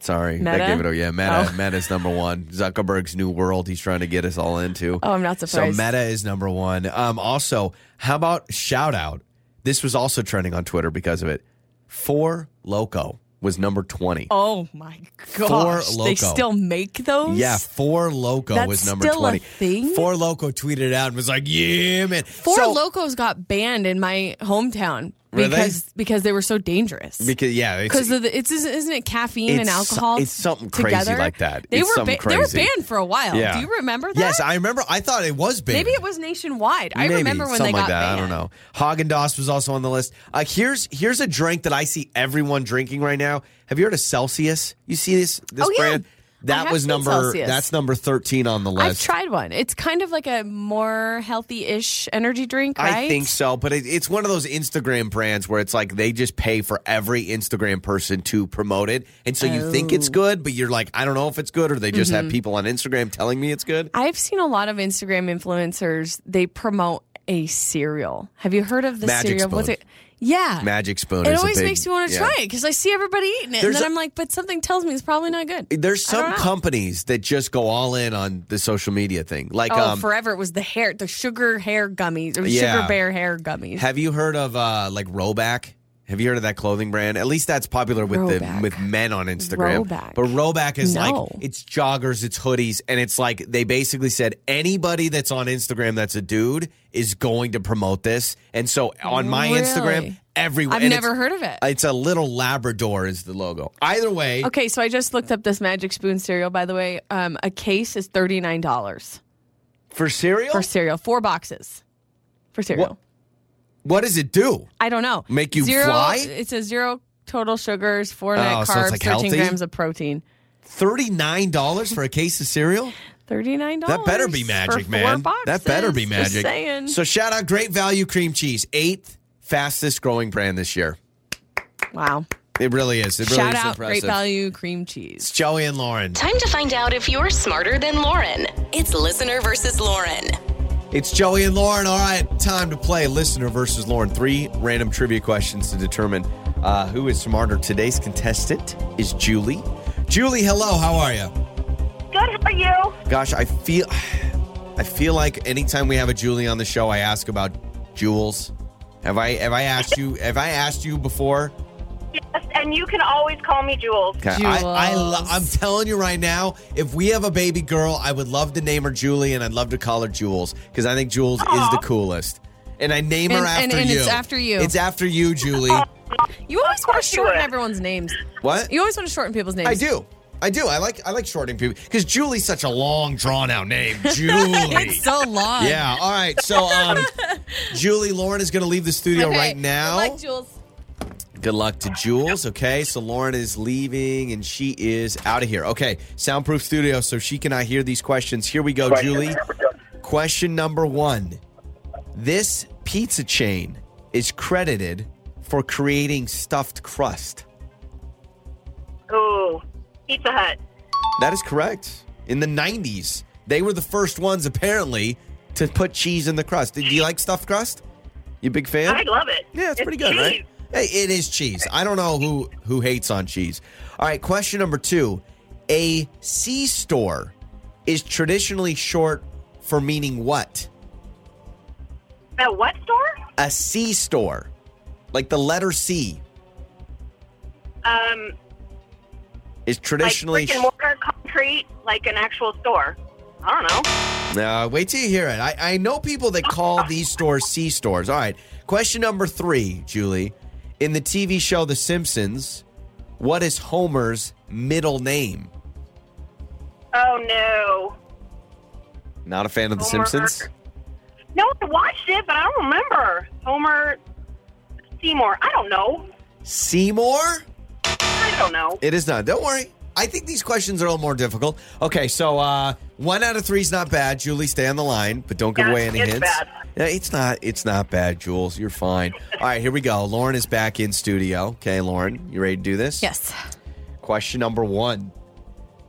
Speaker 2: Sorry,
Speaker 3: Meta?
Speaker 2: that gave it. Oh yeah, Meta.
Speaker 3: Oh.
Speaker 2: Meta's number one. Zuckerberg's new world. He's trying to get us all into.
Speaker 3: Oh, I'm not
Speaker 2: so
Speaker 3: surprised.
Speaker 2: Meta is number one. Um, also, how about shout out? This was also trending on Twitter because of it. Four Loco was number twenty.
Speaker 3: Oh my gosh! They
Speaker 2: Loko.
Speaker 3: still make those?
Speaker 2: Yeah, Four Loco
Speaker 3: That's
Speaker 2: was number
Speaker 3: still a
Speaker 2: twenty.
Speaker 3: thing?
Speaker 2: Four Loco tweeted out and was like, "Yeah, man."
Speaker 3: Four
Speaker 2: So-
Speaker 3: Locos got banned in my hometown
Speaker 2: Were they?
Speaker 3: because because they were so dangerous.
Speaker 2: Because yeah, it's-
Speaker 3: Because of the, it's isn't isn't it caffeine and
Speaker 2: It's so-
Speaker 3: alcohol?
Speaker 2: it's something crazy
Speaker 3: together?
Speaker 2: like that.
Speaker 3: They
Speaker 2: It's
Speaker 3: were
Speaker 2: something
Speaker 3: they were
Speaker 2: crazy.
Speaker 3: banned for a while.
Speaker 2: Yeah.
Speaker 3: Do you remember that?
Speaker 2: Yes, I remember. I thought it was big.
Speaker 3: Maybe it was nationwide. I
Speaker 2: Maybe,
Speaker 3: remember when they
Speaker 2: something
Speaker 3: got
Speaker 2: like that.
Speaker 3: banned.
Speaker 2: I don't know. Haagen Dazs was also on the list. Uh, here's here's a drink that I see everyone drinking right now. Have you heard of Celsius? You see this this
Speaker 3: Oh, yeah.
Speaker 2: brand?
Speaker 3: I
Speaker 2: That
Speaker 3: have
Speaker 2: was
Speaker 3: seen
Speaker 2: number
Speaker 3: Celsius.
Speaker 2: that's number thirteen on the
Speaker 3: I've
Speaker 2: list.
Speaker 3: tried one. It's kind of like a more healthy-ish energy drink, right?
Speaker 2: I think so, but it, it's one of those Instagram brands where it's like they just pay for every Instagram person to promote it, and so you think
Speaker 3: Oh.
Speaker 2: it's good, but you're like, I don't know if it's good, or they just
Speaker 3: Mm-hmm.
Speaker 2: have people on Instagram telling me it's good.
Speaker 3: I've seen a lot of Instagram influencers. They promote a cereal. Have you heard of the
Speaker 2: Magic
Speaker 3: cereal? What's
Speaker 2: Spoon.
Speaker 3: it? Yeah.
Speaker 2: Magic Spoon. is
Speaker 3: It
Speaker 2: a
Speaker 3: always
Speaker 2: big-
Speaker 3: makes me want to
Speaker 2: yeah.
Speaker 3: try it because I see everybody eating it,
Speaker 2: There's
Speaker 3: and then
Speaker 2: a-
Speaker 3: i I'm like, but something tells me it's probably not good.
Speaker 2: There's
Speaker 3: I don't
Speaker 2: some
Speaker 3: know.
Speaker 2: companies that just go all in on the social media thing. Like,
Speaker 3: Oh,
Speaker 2: um,
Speaker 3: forever it was the hair, the sugar hair gummies or
Speaker 2: Yeah.
Speaker 3: sugar bear hair gummies.
Speaker 2: have you heard of uh, like Roback? Have you heard of that clothing brand? At least that's popular with the
Speaker 3: Roback.
Speaker 2: with men on Instagram.
Speaker 3: Roback.
Speaker 2: But Roback is
Speaker 3: No.
Speaker 2: like it's joggers, it's hoodies, and it's like they basically said anybody that's on Instagram that's a dude is going to promote this. And so on my Instagram,
Speaker 3: Really?
Speaker 2: everyone
Speaker 3: I've
Speaker 2: and
Speaker 3: never
Speaker 2: it's-
Speaker 3: heard of it.
Speaker 2: It's a little Labrador is the logo. Either way,
Speaker 3: okay, so I just looked up this Magic Spoon cereal. By the way, um, a case is thirty nine dollars
Speaker 2: for cereal,
Speaker 3: for cereal, four boxes for cereal.
Speaker 2: Oh. What? what does it do?
Speaker 3: I don't know.
Speaker 2: Make you
Speaker 3: zero,
Speaker 2: fly?
Speaker 3: It's a zero total sugars, four
Speaker 2: Oh,
Speaker 3: net
Speaker 2: so it's
Speaker 3: carbs,
Speaker 2: like
Speaker 3: thirteen
Speaker 2: healthy?
Speaker 3: grams of protein.
Speaker 2: $39 for a case of cereal?
Speaker 3: Thirty nine dollars.
Speaker 2: That better be magic, man. That better be magic.
Speaker 3: Just saying.
Speaker 2: So shout out Great Value Cream Cheese, eighth fastest growing brand this year.
Speaker 3: wow.
Speaker 2: It really is. It really
Speaker 3: Shout
Speaker 2: is
Speaker 3: out
Speaker 2: impressive.
Speaker 3: Great Value Cream Cheese.
Speaker 2: It's Joey and Lauren.
Speaker 1: Time to find out if you're smarter than Lauren. It's listener versus Lauren.
Speaker 2: It's Joey and Lauren. All right, time to play listener versus Lauren. Three random trivia questions to determine Uh, who is smarter? Today's contestant is Julie. Julie, hello. How are you?
Speaker 9: Good for you.
Speaker 2: Gosh, I feel, I feel like anytime we have a Julie on the show, I ask about jewels. Have I have I asked you? Have I asked you before?
Speaker 9: Yes, and you can always call me Jules.
Speaker 2: Okay, I, I
Speaker 3: Jewels.
Speaker 2: lo- I'm telling you right now, if we have a baby girl, I would love to name her Julie, and I'd love to call her Jules because I think Jules is the coolest. And I name her
Speaker 3: And-
Speaker 2: after
Speaker 3: and- and
Speaker 2: you.
Speaker 3: it's after you.
Speaker 2: It's after you, Julie.
Speaker 3: You always want to
Speaker 9: course you
Speaker 3: shorten
Speaker 9: would.
Speaker 3: everyone's names.
Speaker 2: what?
Speaker 3: You always want to shorten people's names.
Speaker 2: I do. I do. I like I like shorting people because Julie's such a long, drawn out name. Julie.
Speaker 3: It's so long.
Speaker 2: yeah. All right. So, um, Julie Lauren is going to leave the studio
Speaker 3: Okay.
Speaker 2: right now.
Speaker 3: Good luck, Jules.
Speaker 2: Good luck to Jules. Okay, so Lauren is leaving and she is out of here. Okay, soundproof studio, so she cannot hear these questions. Here we go, Julie. Question number one This pizza chain is credited for creating stuffed crust.
Speaker 9: Ooh, Pizza Hut.
Speaker 2: That is correct. In the 90s, they were the first ones, apparently, to put cheese in the crust. Do you like stuffed crust? You a big fan?
Speaker 9: I love it.
Speaker 2: Yeah, it's, pretty good,
Speaker 9: cheese.
Speaker 2: right? Hey, it is cheese. I don't know who who hates on cheese. All right, question number two: A C store is traditionally short for meaning what?
Speaker 9: At what store?
Speaker 2: A C store, like the letter C,
Speaker 9: Um,
Speaker 2: is
Speaker 9: like
Speaker 2: traditionally.
Speaker 9: brick and mortar, concrete, like an actual store. I don't know.
Speaker 2: Uh, wait till you hear it. I, I know people that call these stores C stores. All right. Question number three, Julie. In the TV show The Simpsons, what is Homer's middle name?
Speaker 9: Oh no.
Speaker 2: Not a fan of The
Speaker 9: Homer.
Speaker 2: Simpsons?
Speaker 9: No, I watched it, but I don't remember. Homer Seymour. I don't know.
Speaker 2: Seymour?
Speaker 9: I don't know.
Speaker 2: It is not. Don't worry. I think these questions are a little more difficult. Okay, so uh, one out of three is not bad. Julie, stay on the line, but don't give
Speaker 9: Yeah,
Speaker 2: away any
Speaker 9: it's
Speaker 2: hints.
Speaker 9: bad.
Speaker 2: Yeah, it's not. It's not bad, Jules. You're fine. All right, here we go. Lauren is back in studio. Okay, Lauren, you ready to do this?
Speaker 3: Yes.
Speaker 2: Question number one: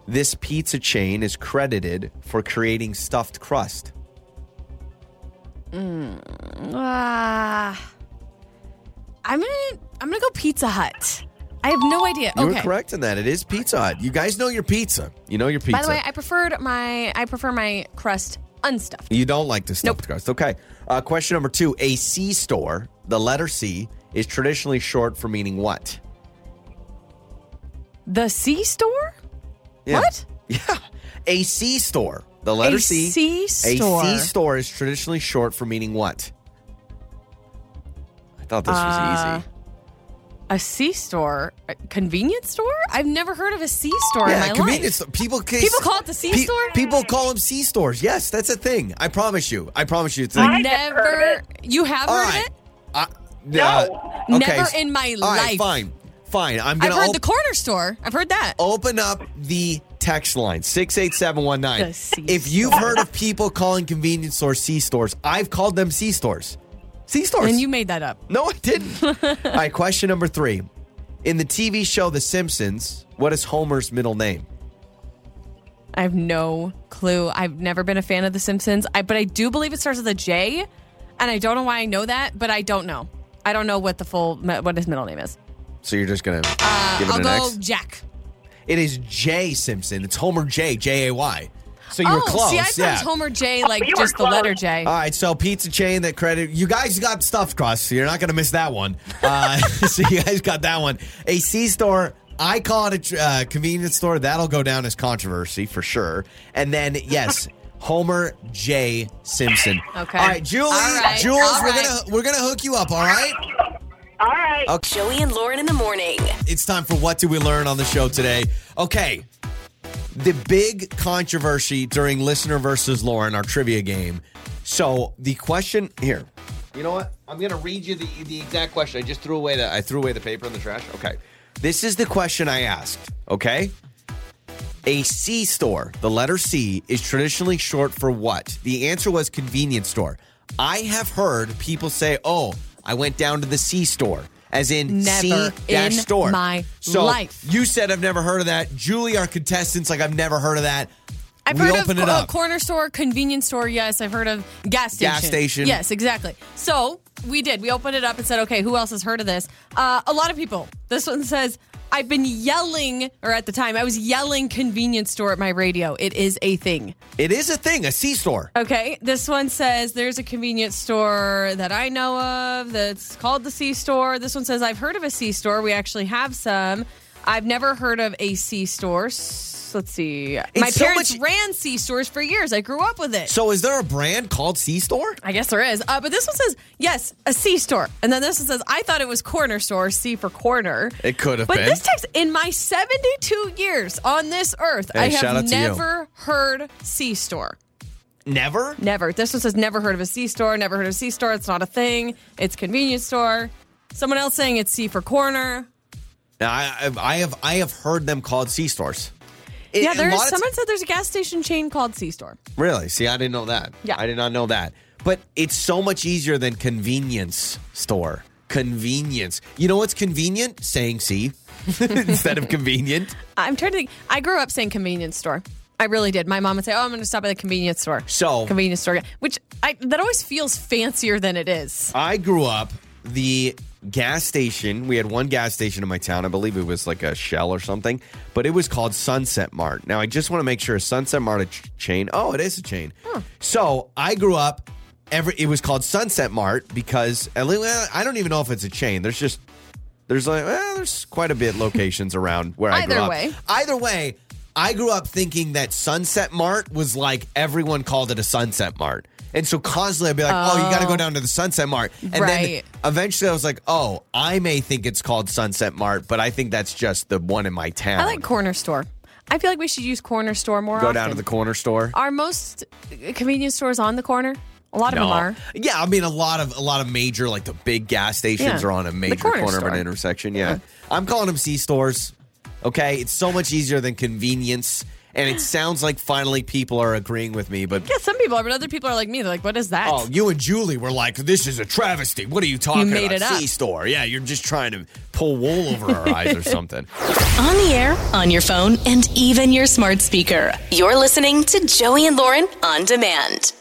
Speaker 2: This pizza chain is credited for creating stuffed crust.
Speaker 3: Uh, I'm gonna I'm gonna go Pizza Hut. I have no idea.
Speaker 2: You
Speaker 3: okay.
Speaker 2: were correct in that. It is Pizza Hut. You guys know your pizza. You know your pizza.
Speaker 3: By the way, I preferred my I prefer my crust unstuffed.
Speaker 2: You don't like the stuffed crust. Okay. Uh, question number two A C store, the letter C, is traditionally short for meaning what?
Speaker 3: The C store?
Speaker 2: Yeah.
Speaker 3: What?
Speaker 2: Yeah. A C store, the letter
Speaker 3: A
Speaker 2: C.
Speaker 3: C store.
Speaker 2: A C store is traditionally short for meaning what? I thought this was
Speaker 3: Uh,
Speaker 2: easy.
Speaker 3: A C store? A convenience store? I've never heard of a C store in my life.
Speaker 2: convenience. People, ca-
Speaker 3: People call it the C store?
Speaker 2: People call them C stores. Yes, that's a thing. I promise you. I promise you. It's a
Speaker 3: I
Speaker 2: thing.
Speaker 9: never heard
Speaker 3: never.
Speaker 9: of
Speaker 3: You have
Speaker 2: All
Speaker 3: heard
Speaker 2: right.
Speaker 3: of it?
Speaker 2: I- uh,
Speaker 9: No.
Speaker 2: okay.
Speaker 3: Never in my
Speaker 2: All right,
Speaker 3: life.
Speaker 2: fine. Fine. I'm
Speaker 3: I've
Speaker 2: gonna Oh,
Speaker 3: heard
Speaker 2: op-
Speaker 3: the corner store. I've heard that.
Speaker 2: open up the text line
Speaker 3: The
Speaker 2: 68719.
Speaker 3: C
Speaker 2: If you've heard of people calling convenience stores C stores, I've called them C stores. C stores.
Speaker 3: And you made that up.
Speaker 2: no, I didn't. All right, question number three. In the TV show The Simpsons, what is Homer's middle name?
Speaker 3: I have no clue. I've never been a fan of The Simpsons. I but I do believe it starts with a J, and I don't know why I know that, but I don't know. I don't know what the full what his middle name is.
Speaker 2: So you're just gonna give it
Speaker 3: I'll
Speaker 2: an
Speaker 3: go
Speaker 2: X.
Speaker 3: Jack.
Speaker 2: It is J Simpson. It's Homer J J A Y. So you were
Speaker 3: oh,
Speaker 2: close.
Speaker 3: see, I thought
Speaker 2: yeah.
Speaker 3: it was Homer J, like
Speaker 9: Oh, you were
Speaker 3: just the letter
Speaker 9: close.
Speaker 3: J.
Speaker 2: All right, so pizza chain that credit you guys got stuffed crust, so you're not gonna miss that one. Uh, so you guys got that one. A C store, I call it a uh, convenience store. That'll go down as controversy for sure. And then yes, Homer J Simpson.
Speaker 3: Okay.
Speaker 2: All right, Julie,
Speaker 3: All right,
Speaker 2: Jules,
Speaker 3: all
Speaker 2: we're
Speaker 3: right.
Speaker 2: gonna we're gonna hook you up. All right.
Speaker 9: All right.
Speaker 1: Joey and Lauren in the morning.
Speaker 2: It's time for what did we learn on the show today? Okay. The big controversy during listener versus Lauren, our trivia game. So the question here. You know what? I'm gonna read you the, the exact question. I just threw away the I threw away the paper in the trash. Okay. This is the question I asked, okay? A C store, the letter C, is traditionally short for what? The answer was convenience store. I have heard people say, oh, I went down to the C store, as in
Speaker 3: Never
Speaker 2: C dash
Speaker 3: in
Speaker 2: store.
Speaker 3: my
Speaker 2: so
Speaker 3: life.
Speaker 2: You said I've never heard of that. Julie, our contestants, like I've never heard of that.
Speaker 3: I've
Speaker 2: we
Speaker 3: heard
Speaker 2: open
Speaker 3: of
Speaker 2: it
Speaker 3: uh,
Speaker 2: up.
Speaker 3: corner store, convenience store. Yes, I've heard of gas station.
Speaker 2: Gas station.
Speaker 3: Yes, exactly. So we did. We opened it up and said, okay, who else has heard of this? Uh, a lot of people. This one says, I've been yelling, or at the time, I was yelling convenience store at my radio. It is a thing.
Speaker 2: It is a thing, a C-store.
Speaker 3: Okay, this one says there's a convenience store that I know of that's called the C store. This one says I've heard of a C store. We actually have some. I've never heard of a C store. S- Let's see. My
Speaker 2: so
Speaker 3: parents
Speaker 2: much-
Speaker 3: ran C stores for years. I grew up with it.
Speaker 2: So is there a brand called C-store?
Speaker 3: I guess there is. Uh, but this one says, yes, a C store. And then this one says, I thought it was corner store, C for corner.
Speaker 2: It could have
Speaker 3: But
Speaker 2: been.
Speaker 3: this text, in my 72 years on this earth,
Speaker 2: Hey,
Speaker 3: I
Speaker 2: shout out
Speaker 3: have
Speaker 2: to you.
Speaker 3: never heard C store.
Speaker 2: Never?
Speaker 3: Never. This one says never heard of a C store, never heard of a C store. It's not a thing. It's convenience store. Someone else saying it's C for corner.
Speaker 2: Now, I, I I have I have heard them called C-stores. It-
Speaker 3: yeah,
Speaker 2: a
Speaker 3: there's
Speaker 2: lot of
Speaker 3: someone said there's a gas station chain called C store.
Speaker 2: Really? See, I didn't know that.
Speaker 3: Yeah.
Speaker 2: I did not know that. But it's so much easier than convenience store. Convenience. You know what's convenient? Saying C instead of convenient.
Speaker 3: I'm trying to think. I grew up saying convenience store. I really did. My mom would say, "Oh, I'm going to stop at the convenience store."
Speaker 2: So-
Speaker 3: convenience store, which I that always feels fancier than it is.
Speaker 2: I grew up the gas station. We had one gas station in my town. I believe it was like a Shell or something, but it was called Sunset Mart. Now I just want to make sure is Sunset Mart a ch- chain. Oh, it is a chain. So I grew up. Every it was called Sunset Mart because at least, well, I don't even know if it's a chain. There's just there's like well, there's quite a bit locations around where I
Speaker 3: Either
Speaker 2: grew up.
Speaker 3: way.
Speaker 2: Either way, I grew up thinking that Sunset Mart was like everyone called it a Sunset Mart. And so constantly I'd be like, oh, you got to go down to the Sunset Mart. And
Speaker 3: Right.
Speaker 2: then eventually I was like, oh, I may think it's called Sunset Mart, but I think that's just the one in my town.
Speaker 3: I like corner store. I feel like we should use corner store more.
Speaker 2: go
Speaker 3: often.
Speaker 2: down to the corner store.
Speaker 3: Are most uh, convenience stores on the corner? A lot of them are.
Speaker 2: Yeah, I mean a lot of a lot of major like the big gas stations
Speaker 3: Yeah.
Speaker 2: are on a
Speaker 3: The
Speaker 2: major
Speaker 3: corner
Speaker 2: corner, of
Speaker 3: store.
Speaker 2: an intersection. Yeah. I'm calling them C stores. Okay, it's so much easier than convenience, and it sounds like finally people are agreeing with me. But
Speaker 3: Yeah, some people are, but other people are like me. They're like, "What is that?"
Speaker 2: oh, you and Julie were like, "This is a travesty." What are you talking
Speaker 3: made
Speaker 2: about?
Speaker 3: it up.
Speaker 2: C store. Yeah, you're just trying to pull wool over our eyes or something.
Speaker 1: On the air, on your phone, and even your smart speaker. You're listening to Joey and Lauren on demand.